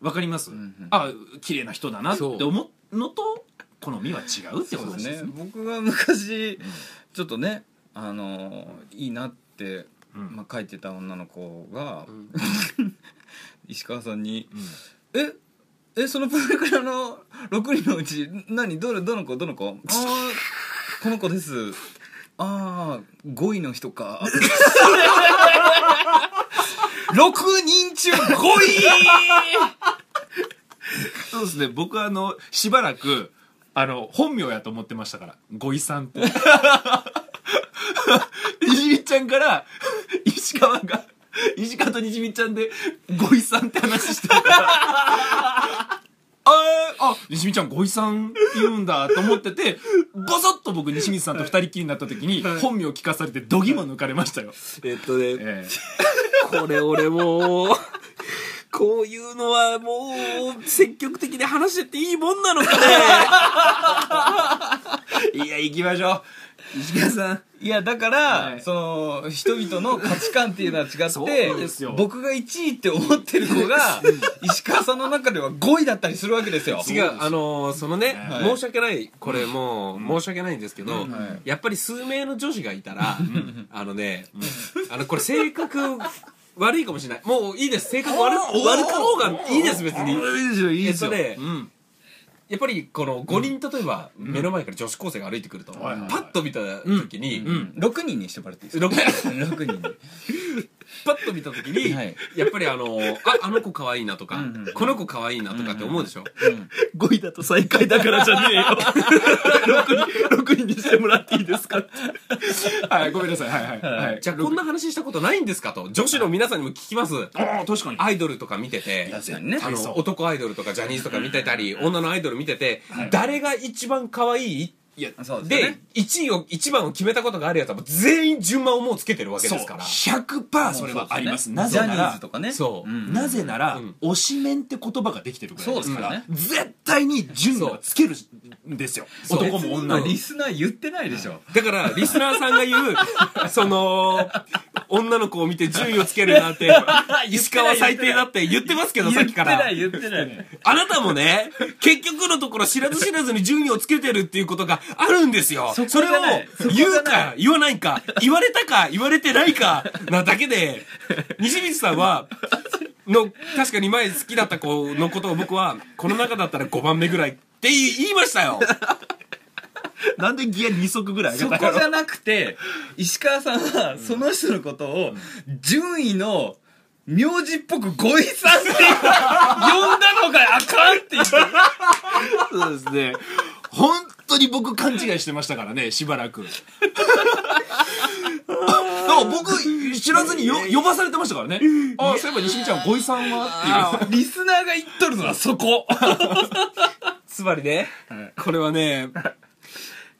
Speaker 3: わかります、
Speaker 2: うんうん
Speaker 3: あ綺麗な人だなって
Speaker 1: そう
Speaker 3: 思うのと好みは違うって
Speaker 2: そ
Speaker 3: こ
Speaker 2: う
Speaker 3: と
Speaker 2: で
Speaker 3: です
Speaker 2: す
Speaker 3: ね
Speaker 2: ね僕が昔ちょっとねあのーいいなって、
Speaker 3: うん
Speaker 2: まあ、書いてた女の子が、
Speaker 1: ん
Speaker 2: [laughs] 石川さんに「ええそのプリクラの6人のうち何どれどの子どの子あーこの子です」ああ5位の人か
Speaker 3: [laughs]
Speaker 2: 6人中5位
Speaker 3: そうですね僕はあのしばらくあの本名やと思ってましたからご遺産って
Speaker 2: [laughs]
Speaker 3: にじみちゃんから石川が石川とにじみちゃんでご遺産って話し
Speaker 2: [laughs]
Speaker 3: てるからあーあ西見ちゃんご遺産言うんだと思っててボソッと僕西水さんと二人きりになった時に本名聞かされてどぎも抜かれましたよ、
Speaker 1: えっとね、
Speaker 3: ええ
Speaker 1: これ俺もう、 [laughs] こういうのはもう、積極的に話してっていいもんなのか
Speaker 3: [laughs] いや、行きましょう。石川さん。
Speaker 2: いやだから、
Speaker 3: はい
Speaker 2: その人々の価値観っていうのは違って
Speaker 3: そうですよ
Speaker 2: 僕が1位って思ってる子が石川さんの中では5位だったりするわけですよ
Speaker 1: ね。違う、あのーそのね、
Speaker 2: はい
Speaker 1: 申し訳ない、これもう、申し訳ないんですけど、
Speaker 2: うんはい
Speaker 1: やっぱり数名の女子がいたら、あのね、あの、これ性格 [laughs] 悪いかもしれない。もういいです。性格悪、悪かろうがいいです、別に。
Speaker 3: いいですよ、いいですよ。
Speaker 1: えっとね
Speaker 3: うん。
Speaker 1: やっぱりこの5人例えば目の前から女子高生が歩いてくると、
Speaker 3: はいはい
Speaker 1: パッと見た時に、
Speaker 3: うん。
Speaker 2: 6人にしてもらっていいですか
Speaker 1: ろ
Speaker 2: 6
Speaker 1: く
Speaker 2: 人に
Speaker 1: パッと見た時に、
Speaker 2: はい
Speaker 1: やっぱりあのああの子可愛いなとか、
Speaker 2: うんうん
Speaker 1: この子可愛いなとかって思うでしょ、
Speaker 3: 5位だと最下位だからじゃねえよ。6人、6人にしてもらっていいですかってはい、ごめんなさい。はい、はい。はい。
Speaker 1: じゃあこんな話したことないんですかと女子の皆さんにも聞きます
Speaker 3: ああ、確かに。
Speaker 1: アイドルとか見てて
Speaker 2: 確か [laughs] にね
Speaker 1: あ
Speaker 3: そう
Speaker 1: の男アイドルとかジャニーズとか見てたり女のアイドル見てて、誰が一番可愛い
Speaker 3: いや、
Speaker 2: そうですよ
Speaker 1: で
Speaker 2: ね
Speaker 1: 1位を1番を決めたことがあるやつはもう全員順番をもうつけてるわけ
Speaker 3: そ
Speaker 1: で
Speaker 3: う。
Speaker 1: すから
Speaker 3: 100%それはあります。な
Speaker 2: ジ
Speaker 3: ぜ
Speaker 2: ャ
Speaker 3: な
Speaker 2: ニーズ
Speaker 3: ら
Speaker 2: と、かね
Speaker 1: そう
Speaker 2: うん
Speaker 3: なぜなら
Speaker 1: うん、
Speaker 3: 推しメンって言葉ができてるぐらいですか
Speaker 2: そう
Speaker 3: ら
Speaker 2: で、
Speaker 3: 絶対に順路はつけるんですよ。
Speaker 1: そう
Speaker 3: 男も
Speaker 2: そん
Speaker 3: 女
Speaker 2: な
Speaker 3: も。
Speaker 2: リスナー言ってないでしょ、
Speaker 1: だから、リスナーさんが言
Speaker 2: [laughs]
Speaker 1: う、その、女の子を見て順位をつけるなんて、石川最低だって言ってますけど、さ
Speaker 2: 言
Speaker 1: っ
Speaker 2: っ
Speaker 1: き
Speaker 2: て
Speaker 1: か
Speaker 2: な
Speaker 1: ら
Speaker 2: い。言ってない
Speaker 1: あなたもね、結局のところ知らず知らずに順位をつけてるっていうことがあるんですよ。
Speaker 2: そ
Speaker 1: そ
Speaker 2: こ
Speaker 1: れ
Speaker 2: が
Speaker 1: を
Speaker 2: ない
Speaker 1: 言う
Speaker 2: そこがな
Speaker 1: か言わないか、言われたか言われてないかなだけで、西光さんは、の、確かに前好きだった子のことを僕は、この中だったら5番目ぐらいって言いましたよ。
Speaker 3: なんでギア2足ぐらい
Speaker 2: そ
Speaker 3: 上
Speaker 2: こ
Speaker 3: げたの
Speaker 2: じゃなくて石川さんはその人のことを順位の名字っぽくご遺産 [laughs] って呼んだのがあかんって言って
Speaker 3: そうですね。本当に僕勘違いしてましたからね、しばら [laughs] く。だから僕、知らずによ呼ばされてましたからね。あ、そういえば西見ちゃん、ご遺産はっていう。
Speaker 2: リスナーが言っとるのはそこ
Speaker 1: つまりね、これはね、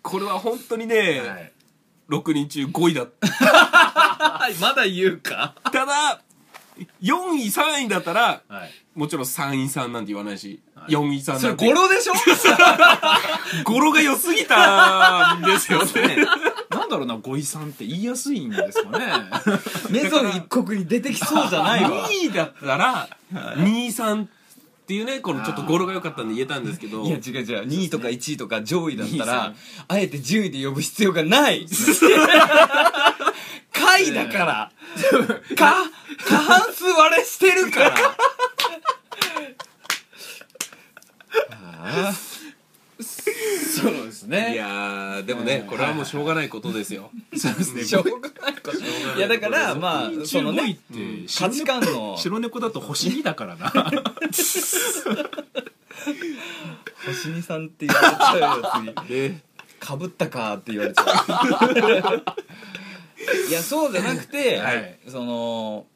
Speaker 1: これは本当にね、
Speaker 3: はい
Speaker 1: 6人中5位だっ
Speaker 2: [laughs] まだ言うか
Speaker 1: た。ただ、4位、3位だったら、
Speaker 3: はい。
Speaker 1: もちろん3位さんなんて言わないし、4位さん
Speaker 2: それ
Speaker 1: なんて
Speaker 2: 語。呂で [laughs] しょ
Speaker 1: 語呂が良すぎたんですよね。
Speaker 3: なんだろうな、ご遺産って言いやすいんですかね。
Speaker 2: メゾン一国に出てきそうじゃないわ
Speaker 1: 2位だったら、2位さんっていうね、このちょっと語呂が良かったんで言えたんですけど
Speaker 2: い、や違う違う2位とか1位とか上位だった
Speaker 3: 2
Speaker 2: ら
Speaker 3: 位
Speaker 2: あえて順位で呼ぶ必要が [laughs] ない下位だからか過半数割れしてるから
Speaker 3: そうです
Speaker 1: い。やー、でもね、これはもうしょうがないことですよ。
Speaker 3: そうですね。
Speaker 2: しょうがないこといやだからまあその
Speaker 3: 15位
Speaker 2: ね
Speaker 3: って、
Speaker 2: 価値観の
Speaker 3: 白猫だと星2だからな。
Speaker 2: 星見さんって言われちゃうやつに
Speaker 1: ね
Speaker 2: かぶったかって言われちゃう [laughs] いやそうじゃなくて、
Speaker 3: はい
Speaker 2: その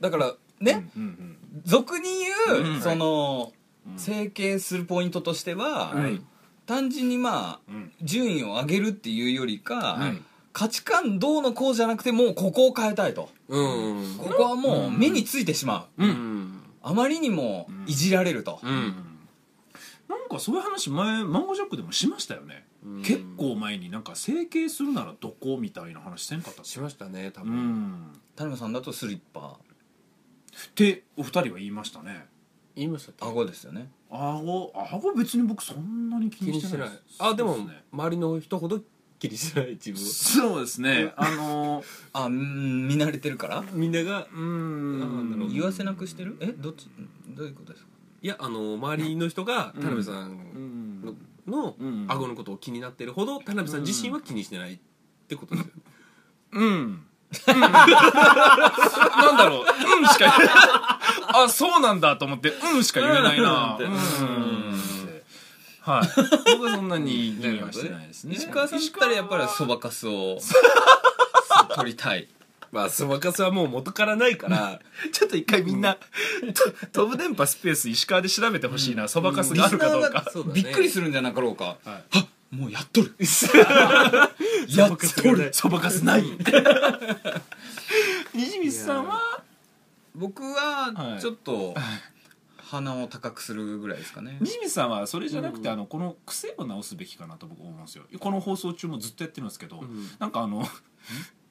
Speaker 2: だからね、
Speaker 3: うんうん
Speaker 2: 俗に言う、
Speaker 3: うん
Speaker 2: その、整形するポイントとしては、
Speaker 3: はい
Speaker 2: 単純にまあ
Speaker 3: うん
Speaker 2: 順位を上げるっていうよりか、
Speaker 3: はい
Speaker 2: 価値観どうのこうじゃなくてもうここを変えたいと
Speaker 1: うん。
Speaker 2: ここはもう目についてしまう、
Speaker 1: うん。
Speaker 2: あまりにもいじられると、
Speaker 1: うん。
Speaker 3: なんかそういう話前マンゴージャックでもしましたよね、
Speaker 1: うん
Speaker 3: 結構前になんか整形するならどこみたいな話せんかったっけ
Speaker 1: しましたね、多
Speaker 3: う
Speaker 1: 分。
Speaker 3: ん
Speaker 2: 田辺さんだとスリッパ
Speaker 3: ってお二人は言いましたね
Speaker 1: 言いましたっけ
Speaker 2: 顎ですよね
Speaker 3: 顎顎別に僕そんなに気
Speaker 1: 気
Speaker 3: に
Speaker 1: に
Speaker 3: し
Speaker 1: してて
Speaker 3: な
Speaker 1: ないい
Speaker 3: です
Speaker 1: あでも
Speaker 3: そうですね
Speaker 1: 周りの人ほど気にしてない自分は
Speaker 3: そうですねあのー
Speaker 2: あうん見慣れてるから
Speaker 1: みんなが
Speaker 3: うーん
Speaker 2: 言わせなくしてるえどっちどういうことですか
Speaker 1: いやあの周りの人が
Speaker 3: うん
Speaker 1: 田辺さ
Speaker 3: うん
Speaker 1: の
Speaker 3: ん
Speaker 1: の
Speaker 3: うん
Speaker 1: 顎のことを気になってるほど田辺さん自身は気にしてないってことですよね
Speaker 3: うんなんだろううんしかあそうなんだと思って「うん」しか言えないな
Speaker 2: う
Speaker 3: うんん、はい僕はそんなに気にはしてないですね
Speaker 2: 石川さんだったらやっぱりそばかすを取りたい
Speaker 1: まあ、そばかすはもう元からないから、ちょっと一回みんな、
Speaker 3: と飛ぶ電波スペース石川で調べてほしいなそばかす
Speaker 2: リ
Speaker 3: があ
Speaker 2: ス
Speaker 3: る
Speaker 2: ナ
Speaker 3: かどう
Speaker 2: ー
Speaker 3: か
Speaker 2: が
Speaker 1: そうだね
Speaker 2: びっくりするんじゃなかろうか
Speaker 3: は
Speaker 2: はっもうやっとるやっとる
Speaker 1: そばかす
Speaker 3: [laughs]
Speaker 1: ない。
Speaker 3: 西光さんは
Speaker 2: 僕
Speaker 3: は
Speaker 2: はいちょっと鼻を高くするぐらいですかね
Speaker 3: 西光さんはそれじゃなくて、あのこの癖を直すべきかなと僕思うんですよこの放送中もずっとやってるんですけど、
Speaker 1: うん
Speaker 3: なんかあの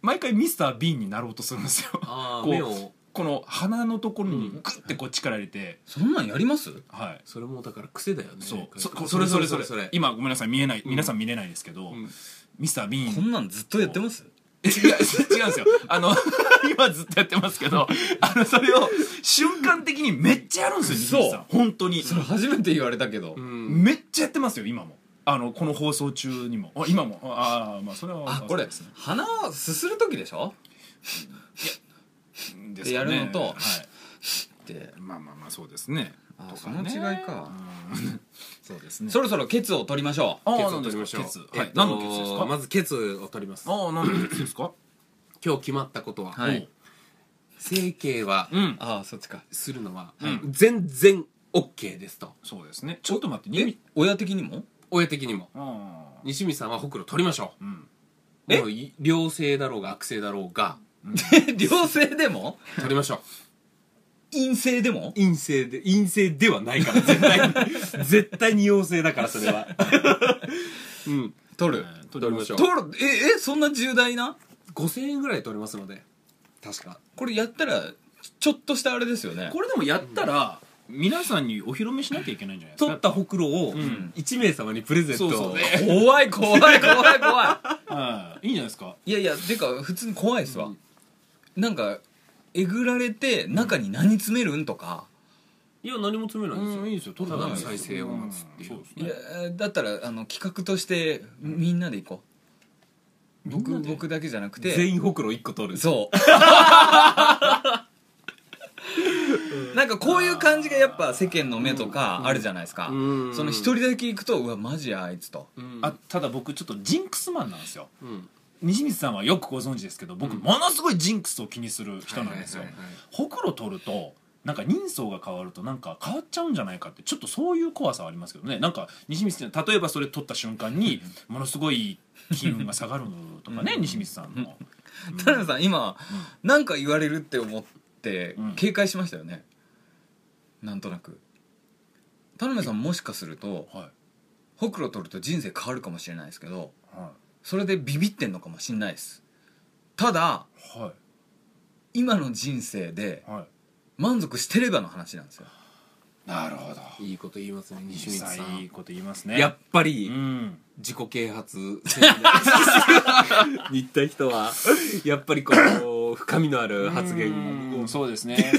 Speaker 3: 毎回ミスター・ビーンになろうとするんですよ
Speaker 1: ああ、
Speaker 3: こう
Speaker 1: 目を、
Speaker 3: この鼻のところにグッてこう力入れて、
Speaker 2: そんなんやります
Speaker 3: はい
Speaker 1: それもだから癖だよね。
Speaker 3: そうそ
Speaker 1: こ
Speaker 3: それそれそれ
Speaker 1: それ。
Speaker 3: 今ごめんなさい見えない、
Speaker 1: ん
Speaker 3: 皆さん見れないですけど、
Speaker 1: うん
Speaker 3: ミスター・ビー
Speaker 2: こ
Speaker 3: ン
Speaker 2: んなんずっとやってます
Speaker 3: え違う違うんですよあの [laughs] 今ずっとやってますけどあのそれを瞬間的にめっちゃやるんですよ西光さん本当に
Speaker 2: それ初めて言われたけど
Speaker 1: うん。
Speaker 3: めっちゃやってますよ今もあのこの放送中にもあ今もああまあそれは
Speaker 2: あこれ
Speaker 3: ですね
Speaker 2: 鼻をすする時でしょ
Speaker 3: で
Speaker 2: やるのと
Speaker 3: はい、
Speaker 2: って
Speaker 3: まあまあまあそうですね
Speaker 2: あ
Speaker 3: と
Speaker 2: そ
Speaker 3: か
Speaker 2: の
Speaker 3: ね
Speaker 2: 違いか
Speaker 3: うんそうですね
Speaker 2: そろそろケツを取りましょ
Speaker 3: あ
Speaker 1: ケ
Speaker 3: あ
Speaker 1: ツを
Speaker 3: 何で
Speaker 1: 取り
Speaker 3: す
Speaker 1: ま
Speaker 3: か
Speaker 1: しょう。
Speaker 3: ケツはい
Speaker 1: えっと
Speaker 3: 何のケツですか
Speaker 1: まずケツを取ります。
Speaker 3: ああ何のケツですか
Speaker 1: 今日決まったことは、
Speaker 2: はいう
Speaker 1: 整形は
Speaker 3: う、ん
Speaker 2: うああそっちか
Speaker 1: するのは
Speaker 3: う、
Speaker 1: 全然 OK ですと。
Speaker 3: そうですねちょっと待って
Speaker 2: え
Speaker 3: に
Speaker 2: 親的にも
Speaker 1: 親的にも。
Speaker 3: ああ
Speaker 1: 西見さんはほくろ取りましょ
Speaker 3: う
Speaker 1: う。
Speaker 3: ん
Speaker 2: え
Speaker 1: もうい良性だろうが悪性だろう [laughs] が、
Speaker 2: [laughs] 良性でも
Speaker 1: 取りましょう。
Speaker 2: 陰性でも
Speaker 1: 陰性で、陰性ではないから、絶対 [laughs] に。絶対に陽性だから、それ [laughs] は。うん。
Speaker 2: 取
Speaker 3: え
Speaker 2: る
Speaker 3: ー
Speaker 1: 取りましょう
Speaker 2: 取。るええそんな重大な
Speaker 1: 5000円ぐらい取れますので。確か。
Speaker 2: これやったらちちょっとしたあれですよね
Speaker 3: これでもやったら皆さんにお披露目しなきゃいけないんじゃないです
Speaker 1: 取
Speaker 3: か
Speaker 1: ったほくろを
Speaker 3: ん
Speaker 1: 1名様にプレゼント。
Speaker 3: そうそうね
Speaker 2: 怖い怖い怖い怖
Speaker 3: はいいいんじゃないですか
Speaker 2: いいやいやてか普通に怖いですわなんかえぐられて中に何詰めるんとか
Speaker 1: いや、何も詰めないですよ。
Speaker 3: いいですよ取
Speaker 1: た
Speaker 3: ら
Speaker 1: だ
Speaker 3: ない
Speaker 1: の
Speaker 3: ですよ
Speaker 1: 再生を待つっていう。
Speaker 3: んそうです
Speaker 2: い
Speaker 3: ね
Speaker 2: やだったらあの企画としてみんなで行こう僕僕だけじゃなくて
Speaker 1: 全員ほくろ1個取る。
Speaker 2: そう [laughs] なんかこういう感じがやっぱ世間の目とかあるじゃないですか、
Speaker 1: うん
Speaker 2: その一人だけ行くとうわマジやあいつと
Speaker 1: うん
Speaker 3: あただ僕ちょっとジンクスマンなんですよ
Speaker 1: うん
Speaker 3: 西光さんはよくご存知ですけど僕ものすごいジンクスを気にする人なんですよ
Speaker 1: はいはいはいはい
Speaker 3: ほくろ取るとなんか人相が変わるとなんか変わっちゃうんじゃないかってちょっとそういう怖さはありますけどねなんか西光さん例えばそれ取った瞬間にものすごい金運が下がるとかね西光さんの
Speaker 2: 田辺さん今、なんか言われるって思って
Speaker 3: うん
Speaker 2: 警戒しましたよね、なんとなく田辺さんもしかすると
Speaker 3: は
Speaker 2: ほくろ取ると人生変わるかもしれないですけど
Speaker 3: いは
Speaker 2: それでビビってんのかもしれないですただ
Speaker 3: いは
Speaker 2: 今の人生で
Speaker 3: いはい
Speaker 2: 満足してればの話なんですよ
Speaker 3: なるほど
Speaker 1: いいこと言いますね、西
Speaker 3: 西
Speaker 1: 水
Speaker 3: 光
Speaker 1: さ
Speaker 3: さんいい
Speaker 1: ん。
Speaker 3: こと言いますね
Speaker 1: やっぱ
Speaker 3: う
Speaker 1: り、
Speaker 3: ん
Speaker 1: 自己啓発セ [laughs] ミナーに行った人は、やっぱりこう、深みのある発言
Speaker 3: う
Speaker 1: を
Speaker 3: んそうですね [laughs]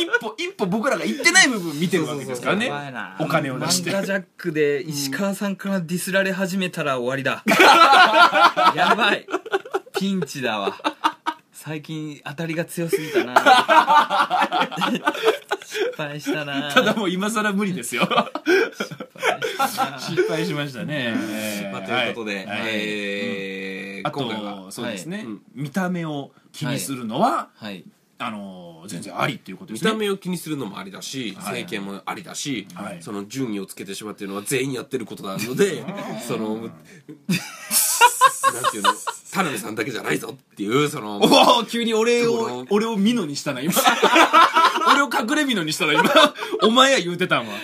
Speaker 3: 一歩一歩僕らが言ってない部分見てるわけですからね
Speaker 1: そうそう
Speaker 3: お金を出して
Speaker 2: 漫画ジャックで石川さんからディスられ始めたら終わりだ [laughs] やばいピンチだわ最近当たりが強すぎたな失敗したな
Speaker 3: ただもう今更無理ですよ [laughs] 失敗しましたね、 [laughs]
Speaker 1: まあ、ということで、
Speaker 3: はいはい
Speaker 1: えー
Speaker 3: あと
Speaker 1: 今回は
Speaker 3: そうですね、
Speaker 2: はい
Speaker 3: うん見た目を気にするのは、
Speaker 2: はい
Speaker 3: あのー全然ありっていうことで
Speaker 1: 見
Speaker 3: すね
Speaker 1: た目を気にするのもありだし、
Speaker 3: は
Speaker 1: 整
Speaker 3: い
Speaker 1: 形もありだし、
Speaker 3: はい
Speaker 1: その順位をつけてしまっているのは全員やってることなの
Speaker 3: [laughs]
Speaker 1: で、その、なんていうの、田辺さんだけじゃないぞっていう、その、
Speaker 3: [laughs] おお急に俺を俺をミノにしたな今 [laughs] 俺を隠れミノにしたな今 [laughs] お前や言うてたんは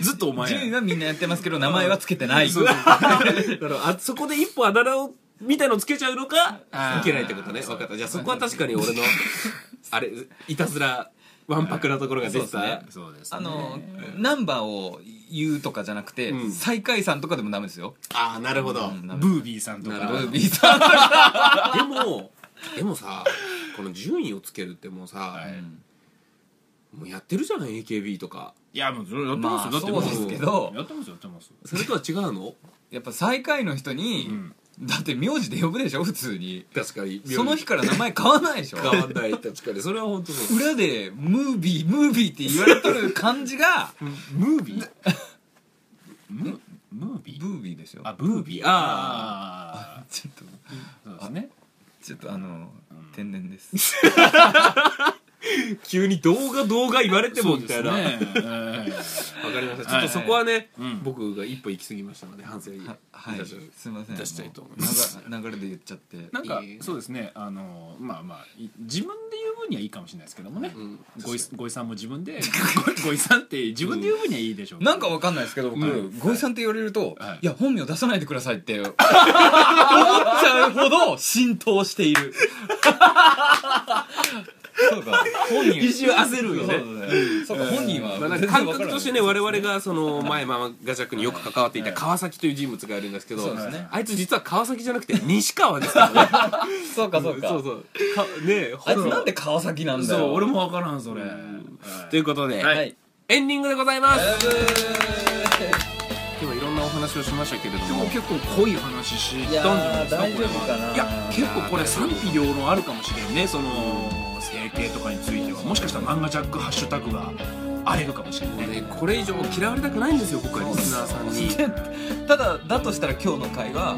Speaker 3: ずっとお前や
Speaker 2: 順位はみんなやってますけど名前はつけてない
Speaker 3: そうそう
Speaker 1: だからあそこで一歩あだ名をみたいのつけちゃうのか
Speaker 3: あー
Speaker 1: いけないってことね分かったじゃあそこは確かに俺のあれいたずらわんぱくなところが出てた、
Speaker 2: そうですね
Speaker 3: そうですね
Speaker 2: あのナンバーを言うとかじゃなくて、
Speaker 1: うん
Speaker 2: 最下位さんとかでもダメですよ
Speaker 1: ああなるほど、
Speaker 2: うん
Speaker 3: ブービーさんとか
Speaker 1: なる
Speaker 2: ブ
Speaker 1: ほど
Speaker 2: ービーさん
Speaker 3: [laughs]
Speaker 2: とか
Speaker 1: でもでもさこの順位をつけるってもうさ、
Speaker 3: い
Speaker 1: もうやってるじゃない AKB とか
Speaker 3: いやもうそれやって
Speaker 2: ま
Speaker 3: ます
Speaker 2: あ
Speaker 3: よ、だって
Speaker 2: そう
Speaker 3: も
Speaker 2: ですけど
Speaker 3: やってますよやってます
Speaker 1: それとは違うの
Speaker 2: やっぱ最下位の人に
Speaker 3: ん
Speaker 2: だって名字で呼ぶでしょ普通に
Speaker 1: [laughs] 確かに
Speaker 2: その日から名前変わんないでしょ
Speaker 1: [laughs] 変わんない確かにそれは本当そう
Speaker 2: 裏でムービームービーって言われとる感じ
Speaker 1: [laughs]
Speaker 2: が
Speaker 1: ムービー
Speaker 3: ムムービー
Speaker 2: ブービーですよ
Speaker 1: あブービーあ
Speaker 3: ああ
Speaker 2: ちょっと
Speaker 3: そうですね
Speaker 2: ちょっとあの
Speaker 3: ん
Speaker 2: 天然です
Speaker 1: あ [laughs] 急に動画動画言われてもみたいなわ、
Speaker 3: [laughs] そうですねえ
Speaker 1: かりましたちょっとそこはね、
Speaker 3: えうん
Speaker 1: 僕が一歩行き過ぎましたので反省
Speaker 2: ははい
Speaker 1: たします
Speaker 2: すいません
Speaker 1: 出したいと思い
Speaker 2: ます流流れで言っちゃって
Speaker 3: なんか
Speaker 1: いい
Speaker 3: そうですねあのまあまあい自分で言う分にはいいかもしれないですけどもね
Speaker 1: うん
Speaker 3: ごいごいさんも自
Speaker 1: [laughs]
Speaker 3: 分でごいさんって自分で言う分にはいいでしょうけど
Speaker 2: なんかわかんないですけど僕
Speaker 3: うん
Speaker 2: ゴイさんって言われると
Speaker 3: はい
Speaker 2: いや本名出さないでくださいって
Speaker 1: [laughs]
Speaker 2: 思っちゃうほど浸透してい
Speaker 1: [laughs]
Speaker 2: るそうか本人
Speaker 1: 一瞬焦る
Speaker 2: そう
Speaker 1: よね
Speaker 2: だそうか本人は
Speaker 1: まあ、なんか感覚としてね我々がその前ママガチャクによく関わっていた川崎という人物がいるんですけど
Speaker 2: そうですね
Speaker 1: あいつ実は川崎じゃなくて西川です [laughs] からね
Speaker 2: そうかそうか
Speaker 1: そうそうかねえ
Speaker 2: あいつなんで川崎なんだ
Speaker 3: そう
Speaker 2: よ
Speaker 3: 俺もわからんそれ
Speaker 1: ということで、
Speaker 2: はい、はい、
Speaker 1: エンディングでございます
Speaker 2: い
Speaker 1: 今日はいろんなお話をしましたけれど
Speaker 3: で
Speaker 1: も
Speaker 3: も結構濃い話し
Speaker 2: や
Speaker 3: たんじゃない
Speaker 2: ー
Speaker 3: ですか
Speaker 2: 大丈夫
Speaker 3: これ
Speaker 2: か
Speaker 3: は
Speaker 2: ない
Speaker 3: いや結構これ賛否両論あるかもしれんねその整形とかについてはもしかしたら漫画ジャックハッシュタグが荒れるかもしれんね
Speaker 1: ねこれ以上嫌われたくないんですよ僕はリスナーさんに
Speaker 2: ただだとしたら今日の回は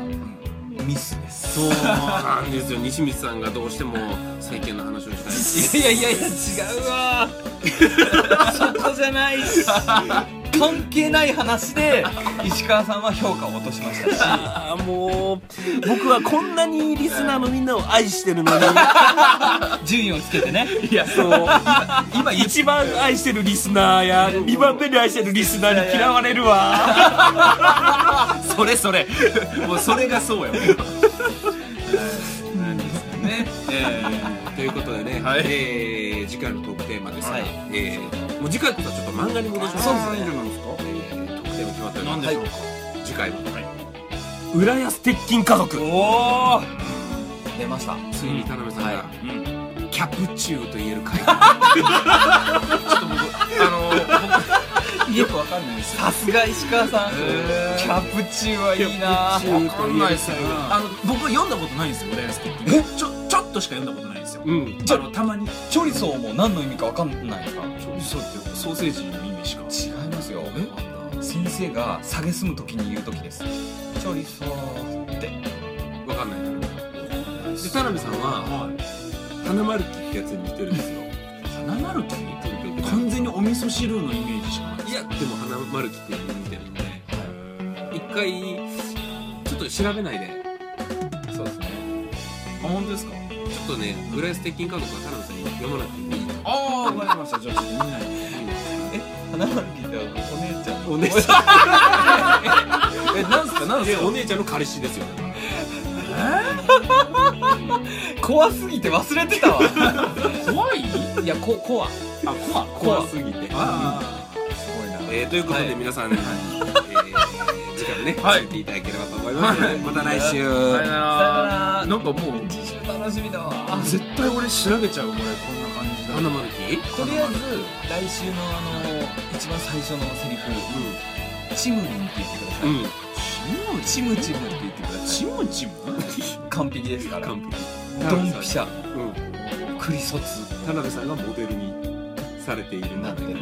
Speaker 2: ミスです
Speaker 1: そうなんですよ西光さんがどうしても債権の話をしたい
Speaker 2: [laughs] いやいやいや違うわそこじゃないし関係ない話で石川さんは評価を落としましたし
Speaker 1: ああ [laughs] もう僕はこんなにリスナーのみんなを愛してるのに
Speaker 2: 順位をつけてね
Speaker 1: いやそう今一番愛してるリスナーや2番目に愛してるリスナーに嫌われるわ
Speaker 3: [laughs] それそれもうそれがそうやもん
Speaker 2: ね
Speaker 1: ということでね、
Speaker 3: はい
Speaker 1: えー次回のトークテーマですが、
Speaker 2: はい
Speaker 1: えーもう次回こそはちょっと漫画に戻します
Speaker 2: そうですね
Speaker 1: えートークテーマ決まっており
Speaker 3: なん
Speaker 1: ます
Speaker 3: でしょうか
Speaker 1: 次回も、浦安鉄筋家族
Speaker 2: おお出ました
Speaker 1: ついに田辺さんが、
Speaker 2: は
Speaker 3: うん
Speaker 1: キャプチューと言える回
Speaker 2: よくわかんないですさすが石川さん
Speaker 3: へー
Speaker 2: キャプチューはいいな
Speaker 1: キャプチュー
Speaker 3: わかんないっすよあの僕読んだことないんですよ浦安鉄筋ちょちょっとしか読んだことないんですよ
Speaker 1: うん
Speaker 3: あのたまに
Speaker 2: チョリソーも何の意味かわかんないですか
Speaker 3: そうってソーセージの意味しか
Speaker 2: 違いますよ先生が下げすむ時に言う時ですチョリソーって
Speaker 1: わかんないで田辺さんは
Speaker 3: はい
Speaker 1: 花丸木ってやつに似てるんですよ
Speaker 3: 花丸木完全にお味噌汁のイメージしかない
Speaker 1: いやでも花丸木ってやつに似てるんで一回ちょっと調べないで
Speaker 2: そうですね
Speaker 3: あ本当ですか
Speaker 1: ちょっとね浦安鉄筋家族は田辺さんに読まなくてもいい
Speaker 3: ああ分かりましたじゃあちょっとみんなに
Speaker 2: 花丸聞いたお姉ちゃん
Speaker 1: お姉ちゃ
Speaker 2: えなんすかなん
Speaker 1: ん
Speaker 2: すか
Speaker 1: お姉ちゃんの彼氏ですよ
Speaker 2: 怖すぎて忘れてたわ
Speaker 3: 怖い
Speaker 2: いやこ怖
Speaker 3: あ怖い
Speaker 1: 怖すぎて
Speaker 3: あ
Speaker 2: すごいな
Speaker 1: えーということ
Speaker 2: は
Speaker 1: で
Speaker 2: い
Speaker 1: 皆さんねえー次回もね
Speaker 3: はい
Speaker 1: 聞いていただければと思います
Speaker 3: はい
Speaker 1: また来週
Speaker 3: あ
Speaker 1: は
Speaker 2: さよなら
Speaker 3: なんかもう
Speaker 2: 次週楽しみだわ
Speaker 3: 絶対俺調べちゃうこれこんな感じだ
Speaker 1: 花丸木
Speaker 2: とりあえず来週のあの一番最初のセリフチムリンって言ってくださ
Speaker 1: う
Speaker 2: い、
Speaker 1: んうん
Speaker 2: チムチムって言ってくださ
Speaker 3: チムチム
Speaker 2: い完璧ですから
Speaker 1: 完璧
Speaker 2: ドンピシャ
Speaker 1: うん
Speaker 2: クリソツ
Speaker 1: 田辺さんがモデルにされている
Speaker 2: なってる
Speaker 3: へ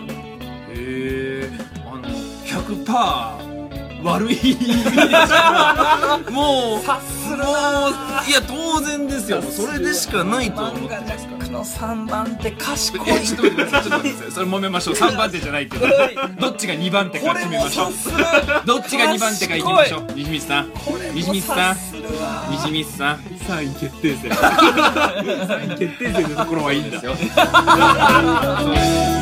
Speaker 3: えあの100パー悪いイメージもう
Speaker 2: さすが
Speaker 3: いや当然ですよそれでしかないと思
Speaker 2: 漫
Speaker 3: う
Speaker 2: 画ジャックの3番手賢い
Speaker 3: えちょっと待ってくださいちょっと待ってくださいそれ揉めましょう3番手じゃないけどどっちが2番手
Speaker 2: こ
Speaker 3: か
Speaker 2: れ
Speaker 3: 決め
Speaker 2: も
Speaker 3: ましょ
Speaker 2: さ
Speaker 3: う
Speaker 2: すが
Speaker 3: どっちが2番手かいきましょう西光さん
Speaker 2: これも
Speaker 3: 西光さ
Speaker 2: さ
Speaker 3: ん
Speaker 2: するわ
Speaker 3: 西光さん
Speaker 1: 3位決定戦3
Speaker 3: [laughs]
Speaker 1: 位決定戦のところはいいんだ
Speaker 3: そうです